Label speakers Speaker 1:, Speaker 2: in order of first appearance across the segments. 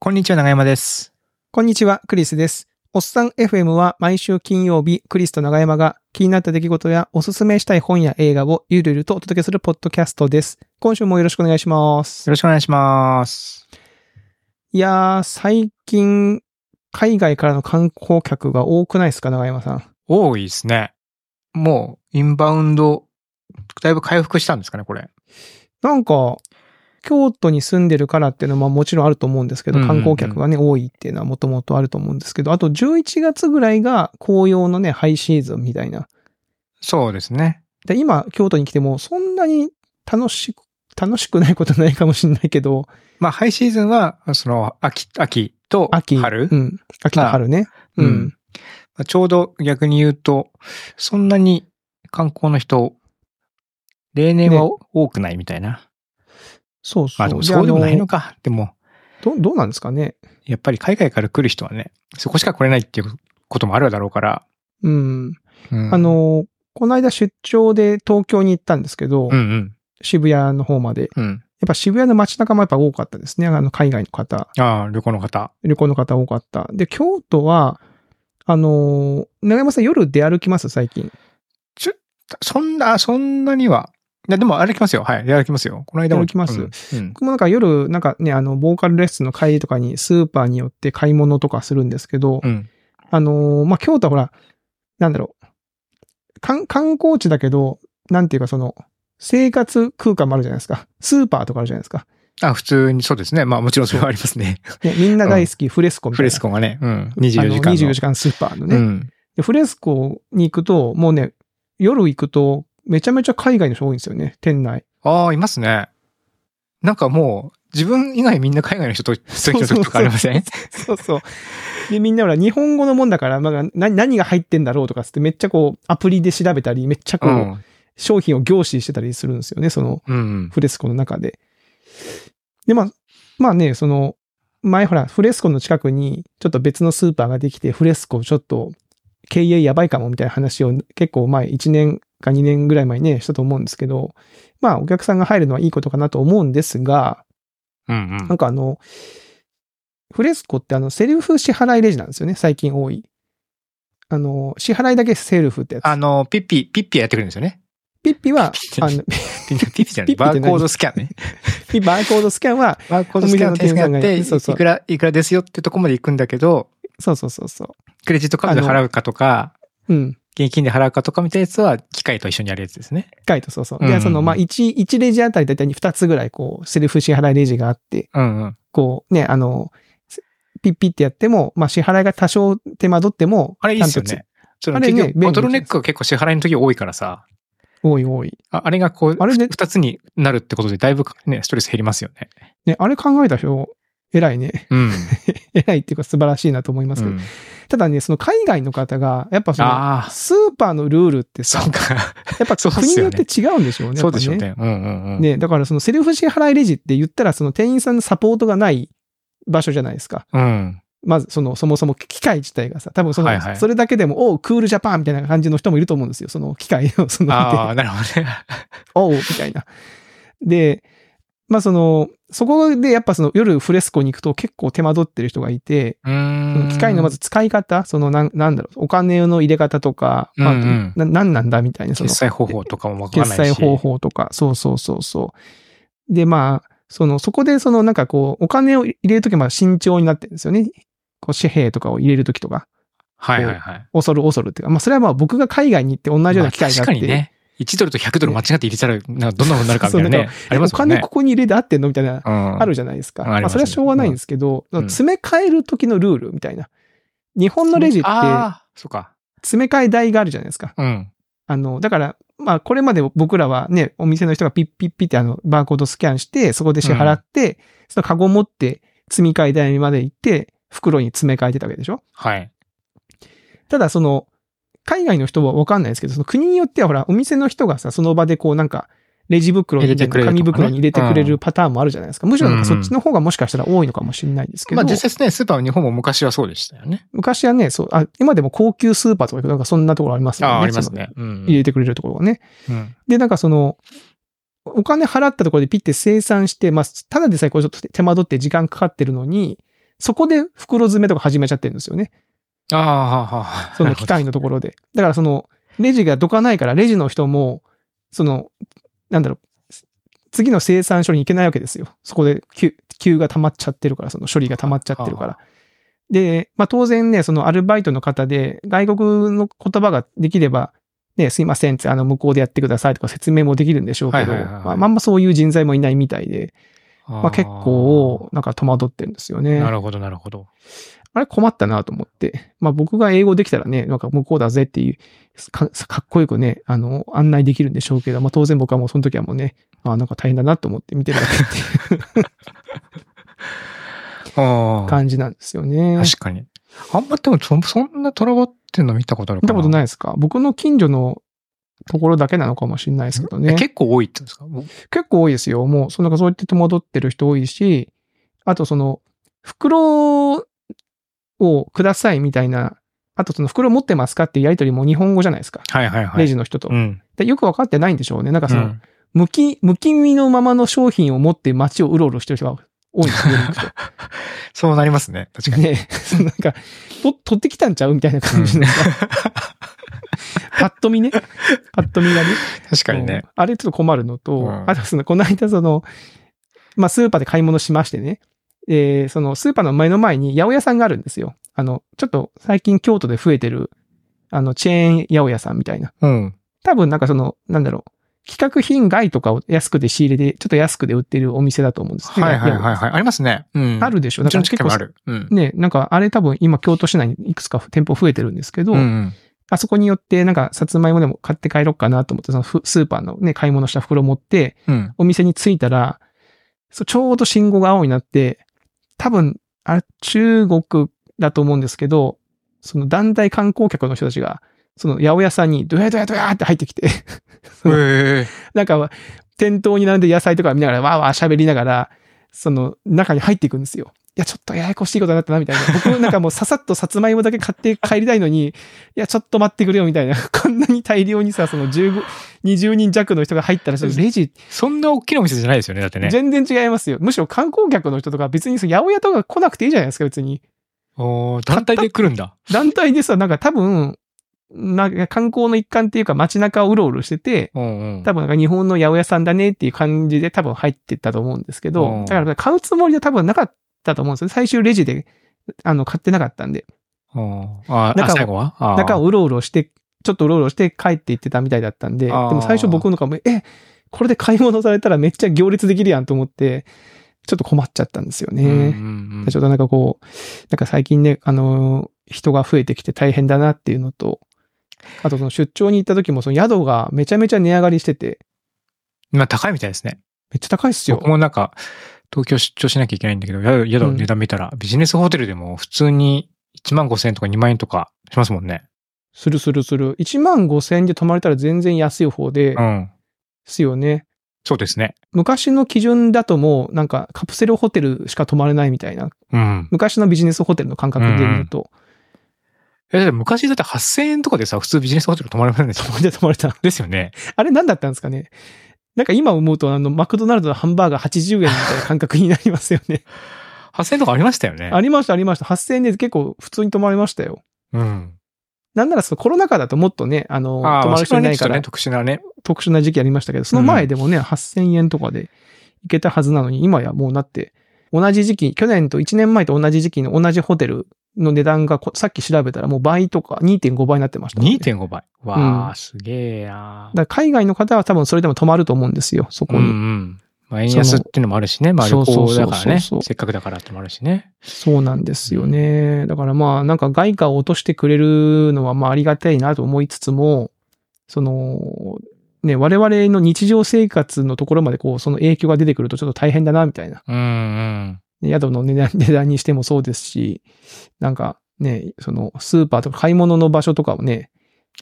Speaker 1: こんにちは、長山です。
Speaker 2: こんにちは、クリスです。おっさん FM は毎週金曜日、クリスと長山が気になった出来事やおすすめしたい本や映画をゆるゆるとお届けするポッドキャストです。今週もよろしくお願いします
Speaker 1: よ。ろしくお願いします。
Speaker 2: いやー、最近、海外からの観光客が多くないですか、長山さん。
Speaker 1: 多いですね。もう、インバウンド、だいぶ回復したんですかね、これ。
Speaker 2: なんか、京都に住んでるからっていうのはまあもちろんあると思うんですけど、
Speaker 1: うんうんうん
Speaker 2: 観光客がね、多いっていうのはもともとあると思うんですけど、あと11月ぐらいが紅葉のね、ハイシーズンみたいな
Speaker 1: そうですね。
Speaker 2: で、今、京都に来ても、そんなに楽しく、楽しくないことないかもしれないけど、
Speaker 1: まあ、ハイシーズンは、その、秋、秋と
Speaker 2: 秋。
Speaker 1: 春、
Speaker 2: うん。秋と春ね。
Speaker 1: う
Speaker 2: うんん。
Speaker 1: まあちょうど逆に言うと、そんなに観光の人、例年は
Speaker 2: ね
Speaker 1: 多くないみたいな。
Speaker 2: そうそう。
Speaker 1: まあ、でもそうでもないの
Speaker 2: あ
Speaker 1: か。でも、
Speaker 2: のど、どうなんですかね。
Speaker 1: やっぱり海外から来る人はね、そこしか来れないっていうこともあるだろうから。
Speaker 2: うん。
Speaker 1: うん
Speaker 2: あ、の、この間出張で東京に行ったんですけど、
Speaker 1: うんうん。
Speaker 2: 渋谷の方まで。や
Speaker 1: うん。
Speaker 2: っぱ渋谷の街中もやっぱ多かったですね。あの、海外の方、
Speaker 1: ああ、旅行の方。
Speaker 2: 旅行の方多かった。で、京都は、あの、長山さん夜出歩きます最近。
Speaker 1: そんな、そんなには。いや、でも歩きますよ。はい。歩きますよ。この間も。
Speaker 2: 歩きます
Speaker 1: うん。うん
Speaker 2: 僕もなんか夜、なんかね、あの、ボーカルレッスンの帰りとかにスーパーによって買い物とかするんですけど、
Speaker 1: うん。
Speaker 2: あのーまあ、京都はほら、なんだろう、観観光地だけど、なんていうかその、生活空間もあるじゃないですか。スーパーとかあるじゃないですか。
Speaker 1: あ、普通にそうですね。まあもちろんそれはありますね。
Speaker 2: ね、みんな大好きフレスコみ
Speaker 1: フ
Speaker 2: たいな。
Speaker 1: レスコがね。うん。24時間
Speaker 2: あの
Speaker 1: の。
Speaker 2: 24時間スーパーのね、
Speaker 1: うん。
Speaker 2: で。フレスコに行くと、もうね、夜行くと、めちゃめちゃ海外の人多いんですよね、店内。
Speaker 1: ああ、いますね。なんかもう、自分以外みんな海外の人と、そういう人
Speaker 2: そうそうそう
Speaker 1: とかありません
Speaker 2: そうそう。で、みんなほら、日本語のもんだから、まあ、な何が入ってんだろうとかっつって、めっちゃこう、アプリで調べたり、めっちゃこ
Speaker 1: う
Speaker 2: う、
Speaker 1: ん。
Speaker 2: 商品を凝視してたりするんですよね、その、
Speaker 1: うん。
Speaker 2: フレスコの中で。で、まあ、まあね、その、前ほら、フレスコの近くに、ちょっと別のスーパーができて、フレスコちょっと、経営やばいかもみたいな話を結構前、1年か2年ぐらい前にね、したと思うんですけど、まあ、お客さんが入るのはいいことかなと思うんですが、
Speaker 1: うんうん
Speaker 2: なんかあの、フレスコってあの、セルフ支払いレジなんですよね、最近多い。あの、支払いだけセルフってやつ。
Speaker 1: あの、ピッピ、ピッピやってくるんですよね。
Speaker 2: ピッピは、
Speaker 1: ピッ
Speaker 2: あ
Speaker 1: ピ
Speaker 2: の、
Speaker 1: ッピピッピじゃない。
Speaker 2: ピッピっ
Speaker 1: バ
Speaker 2: て
Speaker 1: ー
Speaker 2: 何
Speaker 1: コードスキャンね。
Speaker 2: ピバーコードスキャンは、
Speaker 1: バーコードスキャンの点
Speaker 2: お店の
Speaker 1: 検や
Speaker 2: 店員さんが
Speaker 1: って、
Speaker 2: そうそう
Speaker 1: いくら、いくらですよってとこまで行くんだけど、
Speaker 2: そうそうそうそ
Speaker 1: クレジットカードで払うかとか、
Speaker 2: う。うん。
Speaker 1: 現金で払うかとかみたいなやつは、機械と一緒にやるやつですね。
Speaker 2: 一回とそうそう。
Speaker 1: うんう
Speaker 2: で、
Speaker 1: ん
Speaker 2: その、まあ、一、一レジあたりだいたい二つぐらい、こう、セルフ支払いレジがあって、
Speaker 1: うんうん。
Speaker 2: こう、ね、あの、せピッピってやっても、まあ、支払いが多少手間取っても、
Speaker 1: あれいいですよ
Speaker 2: ちゃんと
Speaker 1: ね。その
Speaker 2: あれ
Speaker 1: 結
Speaker 2: ね
Speaker 1: 局、
Speaker 2: 便利
Speaker 1: ボトルネックが結構支払いの時多いからさ、
Speaker 2: つ。多い多い。
Speaker 1: ああれがこう、
Speaker 2: あれね
Speaker 1: 二つになるってことで、だいぶね、ストレス減りますよね。
Speaker 2: ね、あれ考えた人、偉いね。
Speaker 1: うん。
Speaker 2: 偉いっていうか素晴らしいなと思いますけど。
Speaker 1: うん
Speaker 2: ただね、その海外の方が、やっぱその、
Speaker 1: ああ、
Speaker 2: スーパーのルールってさ
Speaker 1: そ、うか。
Speaker 2: やっぱ
Speaker 1: そうっす
Speaker 2: 国に
Speaker 1: よ
Speaker 2: よ
Speaker 1: ね
Speaker 2: って違うんでしょうね。
Speaker 1: そうでしょう
Speaker 2: やっぱ
Speaker 1: ね。うんうんうん。
Speaker 2: ね、だからそのセルフ支払いレジって言ったら、その店員さんのサポートがない場所じゃないですか。
Speaker 1: うん。
Speaker 2: まずその、そもそも機械自体がさ、多分その、
Speaker 1: はいはい
Speaker 2: それだけでも、おう、クールジャパンみたいな感じの人もいると思うんですよ。その機械を、その
Speaker 1: ああ、なるほどね。
Speaker 2: おう、みたいな。で、まあその、そこでやっぱその夜フレスコに行くと結構手間取ってる人がいて、
Speaker 1: う
Speaker 2: その
Speaker 1: ーん。
Speaker 2: 機械のまず使い方、そのなん、なんだろう、お金の入れ方とか、まあ
Speaker 1: うんうん
Speaker 2: な、なんなんだみたいな、その
Speaker 1: 決、済方法とかもわから
Speaker 2: 決
Speaker 1: ないし。
Speaker 2: 済方法とか、そうそうそうそう。で、まあ、その、そこでそのなんかこう、お金を入れるときはまあ慎重になってるんですよね。こう、紙幣とかを入れるときとか。
Speaker 1: はいはいはい。
Speaker 2: 恐る恐るっていうか、まあそれはまあ僕が海外に行って同じような機会があ
Speaker 1: まあ
Speaker 2: って、
Speaker 1: 確かにね。1ドルと100ドル間違って入れたら、なんかどんなことになるかみたいなね。あり
Speaker 2: お
Speaker 1: ますもんね。
Speaker 2: 金ここに入れて合ってんのみたいな、
Speaker 1: うん
Speaker 2: あるじゃないですか。
Speaker 1: うんあり
Speaker 2: ま
Speaker 1: ま
Speaker 2: あ
Speaker 1: す
Speaker 2: それはしょうがないんですけど、
Speaker 1: うん
Speaker 2: 詰め替える時のルールみたいな。日本のレジって
Speaker 1: ああ、そうか。
Speaker 2: 詰め替え台があるじゃないですか。
Speaker 1: うん。
Speaker 2: あの、だから、まあこれまで僕らはね、お店の人がピッピッピってあの、バーコードスキャンして、そこで支払って、そのカゴ持って積み替え台まで行って、袋に詰め替えてたわけでしょ
Speaker 1: はい。
Speaker 2: ただその、海外の人はわかんないですけど、その国によってはほら、お店の人がさ、その場でこうなんか、レジ袋みたい
Speaker 1: 入れて
Speaker 2: な
Speaker 1: くれるとかね
Speaker 2: 紙袋に入れてくれるパターンもあるじゃないですか。むしろなんかそっちの方がもしかしたら多いのかもしれないですけど、
Speaker 1: まあ実際ね、スーパーは日本も昔はそうでしたよね。
Speaker 2: 昔はね、そう、あ、今でも高級スーパーとか行くとなんかそんなところありますよね。
Speaker 1: ああ、ありますね。う
Speaker 2: その。入
Speaker 1: ん。
Speaker 2: れてくれるところがね。
Speaker 1: うん
Speaker 2: で、なんかその、お金払ったところでピッて生産して、まあ、ただでさえこうちょっと手間取って時間かかってるのに、そこで袋詰めとか始めちゃってるんですよね。
Speaker 1: ああ、はあはあ。
Speaker 2: その機械のところで。だからその、レジがどかないから、レジの人も、その、なんだろう、次の生産処理に行けないわけですよ。そこで急、急が溜まっちゃってるから、その処理が溜まっちゃってるから。で、まあ当然ね、そのアルバイトの方で、外国の言葉ができれば、ね、すいませんって、あの、向こうでやってくださいとか説明もできるんでしょうけど、
Speaker 1: はいはいはいはい
Speaker 2: まあ、まんまそういう人材もいないみたいで、
Speaker 1: なるほど。
Speaker 2: まあ結構、なんか戸惑ってるんですよ
Speaker 1: あ
Speaker 2: ね。
Speaker 1: ー。なるほど、なるほど。
Speaker 2: あれ困ったなと思って。まあ僕が英語できたらね、なんか向こうだぜっていう、かかっこよくね、あの、案内できるんでしょうけど、まあ当然僕はもうその時はもうね、ああなんか大変だなと思って見てるだけ っていう
Speaker 1: ああ。
Speaker 2: 感じなんですよね。
Speaker 1: 確かに。あんまでもそ、そんなトラボってんの見たことあるか
Speaker 2: 見
Speaker 1: な
Speaker 2: たことない
Speaker 1: い
Speaker 2: ですか僕の近所のところだけなのかもしれないですけどね。
Speaker 1: 結構多いって言うんですか僕
Speaker 2: 結構多いですよ。もう、そのそうやって戸惑ってる人多いし、あとその、袋をくださいみたいな、あとその袋持ってますかっていうやりとりも日本語じゃないですか。
Speaker 1: はいはいはい。
Speaker 2: レジの人と
Speaker 1: う。ん。
Speaker 2: でよくわかってないんでしょうね。なんかその、
Speaker 1: うん
Speaker 2: むき、むき身のままの商品を持って街をうろうろしてる人が多いんですよ。よく聞く
Speaker 1: そうなりますね。確
Speaker 2: と
Speaker 1: か に。
Speaker 2: ね、そのなんか、と取ってきたんちゃうみたいな感じの。 パッと見ね。パッと見がね。
Speaker 1: 確かにね
Speaker 2: う。んあれちょっと困るのと、
Speaker 1: うん
Speaker 2: あとその、この間その、まあ、スーパーで買い物しましてね。で、その、スーパーの目の前に八百屋さんがあるんですよ。あの、ちょっと最近京都で増えてる、あの、チェーン八百屋さんみたいな。
Speaker 1: うん。
Speaker 2: 多分なんかその、なんだろう。企画品外とかを安くで仕入れで、ちょっと安くで売ってるお店だと思うんですけど。
Speaker 1: はいはいはい
Speaker 2: 八百
Speaker 1: はい。ありますね。うん。
Speaker 2: 屋あるでしょ
Speaker 1: うちの
Speaker 2: 結
Speaker 1: 近く
Speaker 2: 構
Speaker 1: もある。うん。
Speaker 2: ね、なんかあれ多分今京都市内にいくつか店舗増えてるんですけど、
Speaker 1: うんうん。
Speaker 2: あそこによってなんかさつまいもでも買って帰ろうかなと思って、そのふスーパーのね、買い物した袋を持って、
Speaker 1: うん。
Speaker 2: お店に着いたら、そうちょうど信号が青になって、多分、あれ、中国だと思うんですけど、その団体観光客の人たちが、その八百屋さんにドヤドヤドヤって入ってきて、うん
Speaker 1: へえ。
Speaker 2: なんか、店頭に並んで野菜とか見ながら、わーわー喋りながら、その中に入っていくんですよ。いや、ちょっとややこしいことになったな、みたいな。僕なんかもうささっとさつまいもだけ買って帰りたいのに、いや、ちょっと待ってくれよ、みたいな。 こんなに大量にさ、その15、20人弱の人が入ったら、そのレジ、
Speaker 1: そんな大きなお店じゃないですよね。だってね。
Speaker 2: 全然違いますよ。むしろ観光客の人とか別にその八百屋とか来なくていいじゃないですか、別に。
Speaker 1: おー単体で来るんだ。
Speaker 2: 団体でさ、なんか多分、なんか観光の一環っていうか街中をうろうろしてて、
Speaker 1: うんうん。
Speaker 2: 多分なんか日本の八百屋さんだねっていう感じで多分入ってったと思うんですけ
Speaker 1: う
Speaker 2: ど
Speaker 1: ん、
Speaker 2: だから買うつもりは多分なかったと思うんですよ。最終レジで、あの、買ってなかったんで。
Speaker 1: うんあー、
Speaker 2: 中
Speaker 1: あ
Speaker 2: を
Speaker 1: 最後はあー
Speaker 2: 中をうろうろして、ちょっとうろうろして帰って行ってたみたいだったんで、で
Speaker 1: あー
Speaker 2: も最初僕のかも、え、これで買い物されたらめっちゃ行列できるやんと思って、ちょっと困っちゃったんですよ
Speaker 1: うんうん
Speaker 2: ね。
Speaker 1: うん
Speaker 2: ちょっとなんかこう、なんか最近ね、あのー、人が増えてきて大変だなっていうのと、あとその出張に行った時もその宿がめちゃめちゃ値上がりしてて、
Speaker 1: 今高いみたいですね。
Speaker 2: めっちゃ高いっすよ
Speaker 1: 僕。もなんか、東京出張しなきゃいけないんだけど、宿宿の値段見たら、ビジネスホテルでも普通に1万5千円とか2万円とかしますもんね。
Speaker 2: するするする。1万5千円で泊まれたら全然安い方で
Speaker 1: うん。
Speaker 2: すよね。
Speaker 1: そうですね。
Speaker 2: 昔の基準だともうなんかカプセルホテルしか泊まれないみたいな。
Speaker 1: うん。
Speaker 2: 昔のビジネスホテルの感覚で見ると。
Speaker 1: え、だって昔だって8000円とかでさ、普通ビジネスホテル泊まれませんでし
Speaker 2: 泊
Speaker 1: た
Speaker 2: まれた泊まれた。
Speaker 1: ですよね。
Speaker 2: あれ何だったんですかね。なんか今思うとあのマクドナルドのハンバーガー80円みたいな感覚になりますよね。
Speaker 1: 8000円とかありましたよ ね。
Speaker 2: ありましたありました。8000円で結構普通に泊まれましたよ。
Speaker 1: うん。
Speaker 2: なんならそのコロナ禍だともっとね、あの、
Speaker 1: ああ、
Speaker 2: 泊まる人いない
Speaker 1: そ
Speaker 2: か
Speaker 1: れは
Speaker 2: ら
Speaker 1: ね、ちょっとね特殊なね。
Speaker 2: 特殊な時期ありましたけど、その前でもね、8000円とかで行けたはずなのに、今やもうなって、同じ時期、去年と1年前と同じ時期の同じホテルの値段がこ、さっき調べたらもう倍とか2.5倍になってました、ね。だか
Speaker 1: 2.5倍。わ
Speaker 2: う
Speaker 1: あ、
Speaker 2: ん
Speaker 1: すげえな
Speaker 2: ら海外の方は多分それでも泊まると思うんですよ、そこ
Speaker 1: うん
Speaker 2: に。
Speaker 1: うん。まあ、円安っていうのもあるしね。まあ、
Speaker 2: そ
Speaker 1: 旅
Speaker 2: の
Speaker 1: 行だからね。
Speaker 2: そうそうそうそう
Speaker 1: せっかくだからってのもあるしね。
Speaker 2: そうなんですよね。だからまあ、なんか外貨を落としてくれるのはまあありがたいなと思いつつも、その、ね、我々の日常生活のところまでこう、その影響が出てくるとちょっと大変だな、みたいな。
Speaker 1: うんうん。
Speaker 2: 宿の値段値段にしてもそうですし、なんかね、そのスーパーとか買い物の場所とかをね、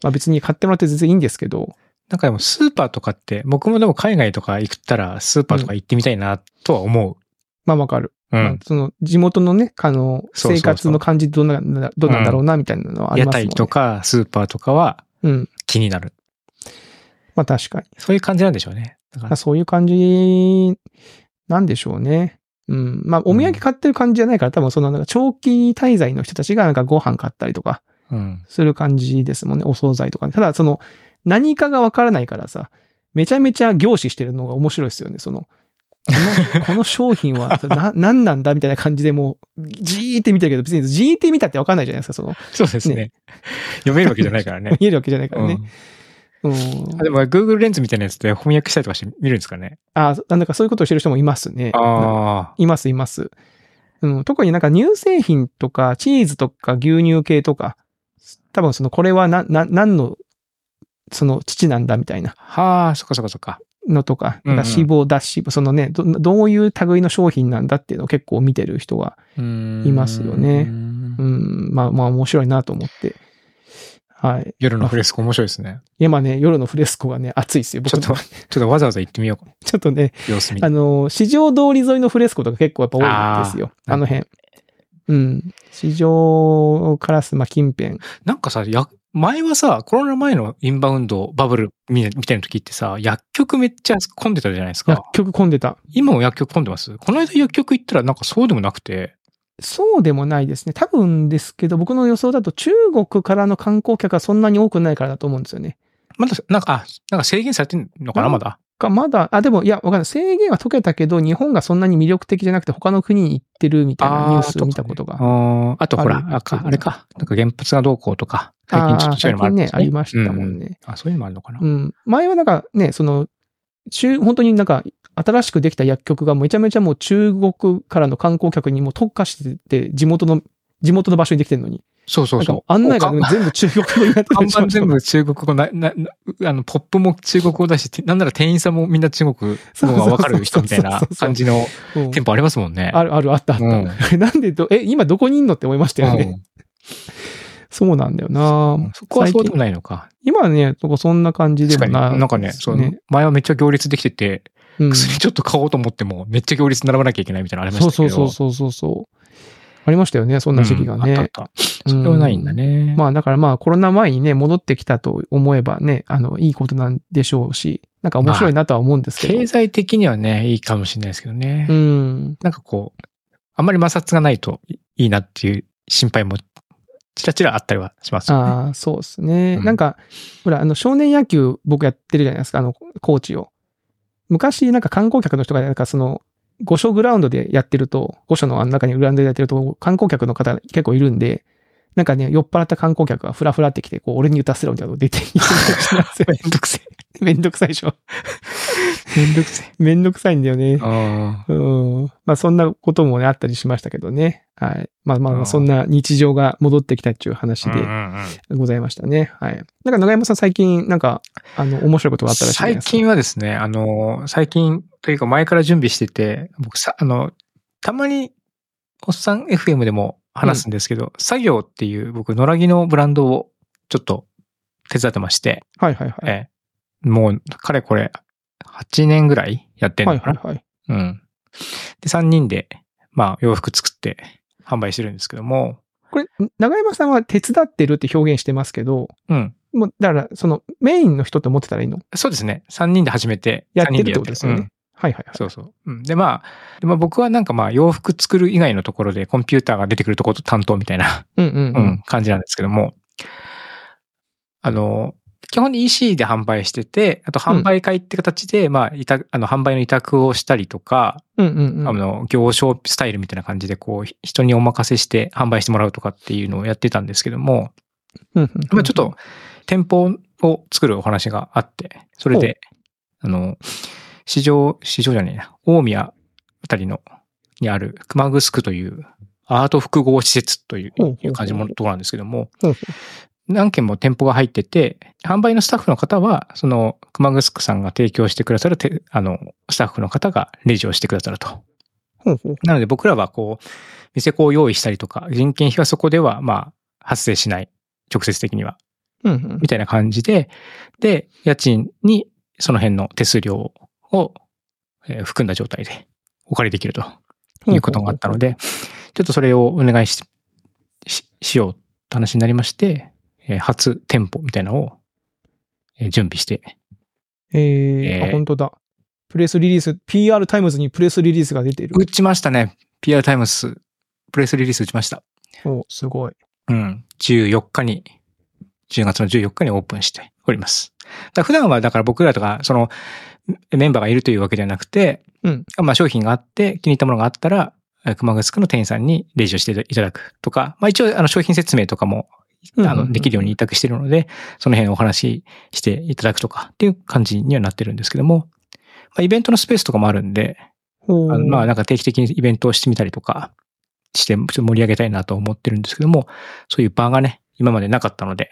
Speaker 2: まあ別に買ってもらって全然いいんですけど、
Speaker 1: なんかでもスーパーとかって、僕もでも海外とか行ったらスーパーとか行ってみたいなとは思
Speaker 2: まあわかる。
Speaker 1: う。う
Speaker 2: まあ
Speaker 1: ん。
Speaker 2: その地元のね、あの、
Speaker 1: そうそうそう
Speaker 2: 生活の感じどんな、どうなんだろうなみたいなのはあり
Speaker 1: 屋
Speaker 2: ますもん
Speaker 1: 台
Speaker 2: ね。
Speaker 1: とかスーパーとかは
Speaker 2: うん。
Speaker 1: 気になる。
Speaker 2: まあ確かに。
Speaker 1: そういう感じなんでしょうね。だか
Speaker 2: まあ
Speaker 1: ら
Speaker 2: そういう感じなんでしょうね。うん。まあ、お土産買ってる感じじゃないから、多分その、なんか長期滞在の人たちがなんかご飯買ったりとか
Speaker 1: うん。
Speaker 2: する感じですもんね。お惣菜とかね。ただ、その、何かがわからないからさ、めちゃめちゃ凝視してるのが面白いですよね。その、この この商品はな、何なんだみたいな感じでもう、じーって見てるけど、別にじーって見たってわかんないじゃないですか、その、
Speaker 1: そうですね。読めるわけじゃないからね。
Speaker 2: 見えるわけじゃないからね。
Speaker 1: うん
Speaker 2: うん。
Speaker 1: あでも、Google レンズみたいなやつで翻訳したりとかして見るんですかね。
Speaker 2: あ、なんかそういうことをしてる人もいますね。
Speaker 1: ああ。
Speaker 2: います、います。うん、特になんか乳製品とか、チーズとか牛乳系とか、多分その、これはな、な、何の、その、父なんだみたいな
Speaker 1: はあ、そっかそっかそっか。
Speaker 2: のとか、
Speaker 1: うんうん
Speaker 2: なんか脂肪、脱脂肪、そのねど、どういう類の商品なんだっていうのを結構見てる人は、
Speaker 1: い
Speaker 2: いますよねうん、まあまあ面白いなと思って。はい。
Speaker 1: 夜のフレスコ面白いですね。
Speaker 2: いや、まあね、夜のフレスコがね、熱いですよ。僕
Speaker 1: ちょっと、ちょっとわざわざ行ってみようか。
Speaker 2: ちょっとね、
Speaker 1: 様子見
Speaker 2: あ
Speaker 1: て。
Speaker 2: の、市場通り沿いのフレスコとか結構やっぱ多いんですよ。
Speaker 1: あー
Speaker 2: あの辺。うん。市場からす、まあ、近辺。
Speaker 1: なんかさ、や、前はさ、コロナ前のインバウンドバブルみみたいな時ってさ、薬局めっちゃ混んでたじゃないです
Speaker 2: 薬
Speaker 1: か。
Speaker 2: 局混んでた。
Speaker 1: 今も薬局混んでますこの間薬局行ったらなんかそうでもなくて。
Speaker 2: そうでもないですね。多分ですけど、僕の予想だと中国からの観光客はそんなに多くないからだと思うんですよね。
Speaker 1: まだ、なんか、あ、なんか制限されてんのかな、
Speaker 2: うん
Speaker 1: まだ。
Speaker 2: か、まだ、あ、でも、いや、わかんない。制限は解けたけど、日本がそんなに魅力的じゃなくて他の国に行ってるみたいなニュース見たこと
Speaker 1: あ
Speaker 2: が。
Speaker 1: ーあとほら
Speaker 2: あ、る
Speaker 1: あかあれか。なんか原発がどうこうとか、最近ちょっ
Speaker 2: あ
Speaker 1: と
Speaker 2: ー
Speaker 1: そういう
Speaker 2: 最
Speaker 1: のもあるん
Speaker 2: 近ね
Speaker 1: で、す
Speaker 2: ありましたもん
Speaker 1: うう
Speaker 2: ね。
Speaker 1: あ、そういうのもあるのかな。
Speaker 2: うん。前はなんかね、その、中、本当になんか、新しくできた薬局がめちゃめちゃもう中国からの観光客にもう特化してて、地元の、地元の場所にできてるのに。
Speaker 1: そうそうそう。
Speaker 2: なんか案内が
Speaker 1: おか
Speaker 2: 全部中国語になって
Speaker 1: 看
Speaker 2: る
Speaker 1: 板全部中国語な、 な、なあの、ポップも中国語だし、てなんなら店員さんもみんな中国語がわかる人みたいな
Speaker 2: そうそうそうそう
Speaker 1: 感じの
Speaker 2: うん
Speaker 1: 店舗ありますもんね。
Speaker 2: あるあるあったあった。 なんでど、え、今どこにいんのって思いましたよね。そうなんだよな
Speaker 1: うんそこはそうでも
Speaker 2: 最近
Speaker 1: ないのか。
Speaker 2: 今はね、そこそんな感じで
Speaker 1: 確
Speaker 2: も
Speaker 1: か
Speaker 2: な
Speaker 1: に。
Speaker 2: いです、
Speaker 1: なんかね、その、前はめっちゃ行列できてて、
Speaker 2: うん
Speaker 1: 薬ちょっと買おうと思っても、めっちゃ行列並ばなきゃいけないみたいなのありま
Speaker 2: そ
Speaker 1: し
Speaker 2: う
Speaker 1: たけ
Speaker 2: そ
Speaker 1: ど。
Speaker 2: うそうそうそうそう。ありましたよね、そんな時期がね。
Speaker 1: うんあったあった。それはないんだね。
Speaker 2: まあだからまあコロナ前にね、戻ってきたと思えばね、あの、いいことなんでしょうし、なんか面白いなとは思うんですけど。
Speaker 1: 経済的にはね、いいかもしれないですけどね。
Speaker 2: うん。
Speaker 1: なんかこう、あんまり摩擦がないといいなっていう心配も、ちらちらあったりはしますよね。
Speaker 2: ああ、そうですね。
Speaker 1: うん
Speaker 2: なんか、ほら、あの、少年野球僕やってるじゃないですか、あの、コーチを。昔、なんか観光客の人が、なんかその、五所グラウンドでやってると、五所のあの中にグラウンドでやってると、観光客の方結構いるんで、なんかね、酔っ払った観光客がフラフラってきて、こう、俺に打たせろみたいなこと 出てきてるんですよ
Speaker 1: めんどくせ
Speaker 2: めんどくさいでしょ。
Speaker 1: え。めんどくせえ。
Speaker 2: めんどくさいんだよね。
Speaker 1: ああ。
Speaker 2: うん。まあそんなこともね、あったりしましたけどね。はい。まあまあ
Speaker 1: う
Speaker 2: まあ、
Speaker 1: ん
Speaker 2: そんな日常が戻ってきたっていう話
Speaker 1: うんう
Speaker 2: で
Speaker 1: んうん
Speaker 2: ございましたね。はい。なんか長山さん最近、なんか、あの、面白いことがあったらしいじゃな
Speaker 1: 最
Speaker 2: いですか。
Speaker 1: 近はですね、あの、最近というか前から準備してて、僕さ、あの、たまに、おっさん FM でも話すんですけど、作業っていう僕、野良木のブランドをちょっと手伝ってまして、
Speaker 2: はいはいはい。
Speaker 1: ええもう、かれこれ、8年ぐらいやってん
Speaker 2: はい
Speaker 1: のか
Speaker 2: は
Speaker 1: な、
Speaker 2: いはい。
Speaker 1: うん。で、3人で、まあ、洋服作って販売してるんですけども、
Speaker 2: これ、長山さんは手伝ってるって表現してますけど、
Speaker 1: うん。
Speaker 2: もう、だから、その、メインの人と思ってたらいいの
Speaker 1: そうですね。3人で始めて、
Speaker 2: やっ
Speaker 1: 三
Speaker 2: て
Speaker 1: 人
Speaker 2: るってことですよ
Speaker 1: うん
Speaker 2: ね。はいはいはい。
Speaker 1: そうそう。うん、で、まあ、でまあ、僕はなんかまあ、洋服作る以外のところでコンピューターが出てくるところと担当みたいな、
Speaker 2: うんうん
Speaker 1: う
Speaker 2: うんん。
Speaker 1: 感じなんですけども、あの、基本に EC で販売してて、あと販売会って形で、まあ、委託、あの、販売の委託をしたりとか、
Speaker 2: うんうんう
Speaker 1: あ
Speaker 2: ん。
Speaker 1: の、行商スタイルみたいな感じで、こう、ひ人にお任せして販売してもらうとかっていうのをやってたんですけども、
Speaker 2: うんうん
Speaker 1: まあ、ちょっと、店舗を作るお話があって、それで、あの、市場、市場じゃねえな、大宮あたりの、にある熊城というアート複合施設という
Speaker 2: ほうほうほう
Speaker 1: いう感じのところなんですけども
Speaker 2: ほうほ、
Speaker 1: 何軒も店舗が入ってて、販売のスタッフの方は、その熊城さんが提供してくださるて、あの、スタッフの方がレジをしてくださると。
Speaker 2: ほうほう
Speaker 1: なので僕らはこう、店子を用意したりとか、人件費はそこではまあ発生しない。直接的には。
Speaker 2: うんうん
Speaker 1: みたいな感じで、で、家賃にその辺の手数料をえー含んだ状態でお借りできるということがあったので、ちょっとそれをお願いし、ししようって話になりまして、えー初店舗みたいなのをえー準備して、
Speaker 2: えー、
Speaker 1: えー
Speaker 2: あ、本当だ。プレスリリース、PR タイムズにプレスリリースが出ている。
Speaker 1: 打ちましたね。PR タイムス、プレスリリース打ちました。
Speaker 2: おすごい。
Speaker 1: うん。14日に、10月の14日にオープンしております。だから普段は、だから僕らとか、その、メンバーがいるというわけではなくて、
Speaker 2: うん
Speaker 1: まあ商品があって、気に入ったものがあったら、えー熊城の店員さんにレジをしていただくとか、まあ一応、あの、商品説明とかも、あ
Speaker 2: うんうんう
Speaker 1: の、
Speaker 2: ん
Speaker 1: できるように委託しているので、その辺お話ししていただくとかっていう感じにはなってるんですけども、まあイベントのスペースとかもあるんで、
Speaker 2: ほう
Speaker 1: あのまあなんか定期的にイベントをしてみたりとかして、ちょっと盛り上げたいなと思ってるんですけども、そういう場がね、今までなかったので、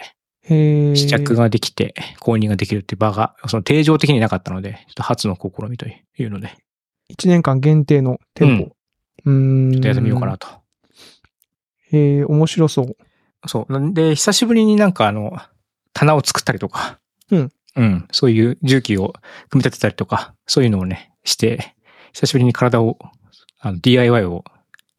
Speaker 2: へー
Speaker 1: 試着ができて、購入ができるっていう場が、その定常的になかったので、ちょっと初の試みというので、
Speaker 2: 1年間限定の店舗。うーん。
Speaker 1: ちょっとやってみようかなと。
Speaker 2: へえ、面白そう。
Speaker 1: そう。なんで、久しぶりになんかあの、棚を作ったりとか、
Speaker 2: うん。
Speaker 1: うん。そういう重機を組み立てたりとか、そういうのをね、して、久しぶりに体を、あの DIY を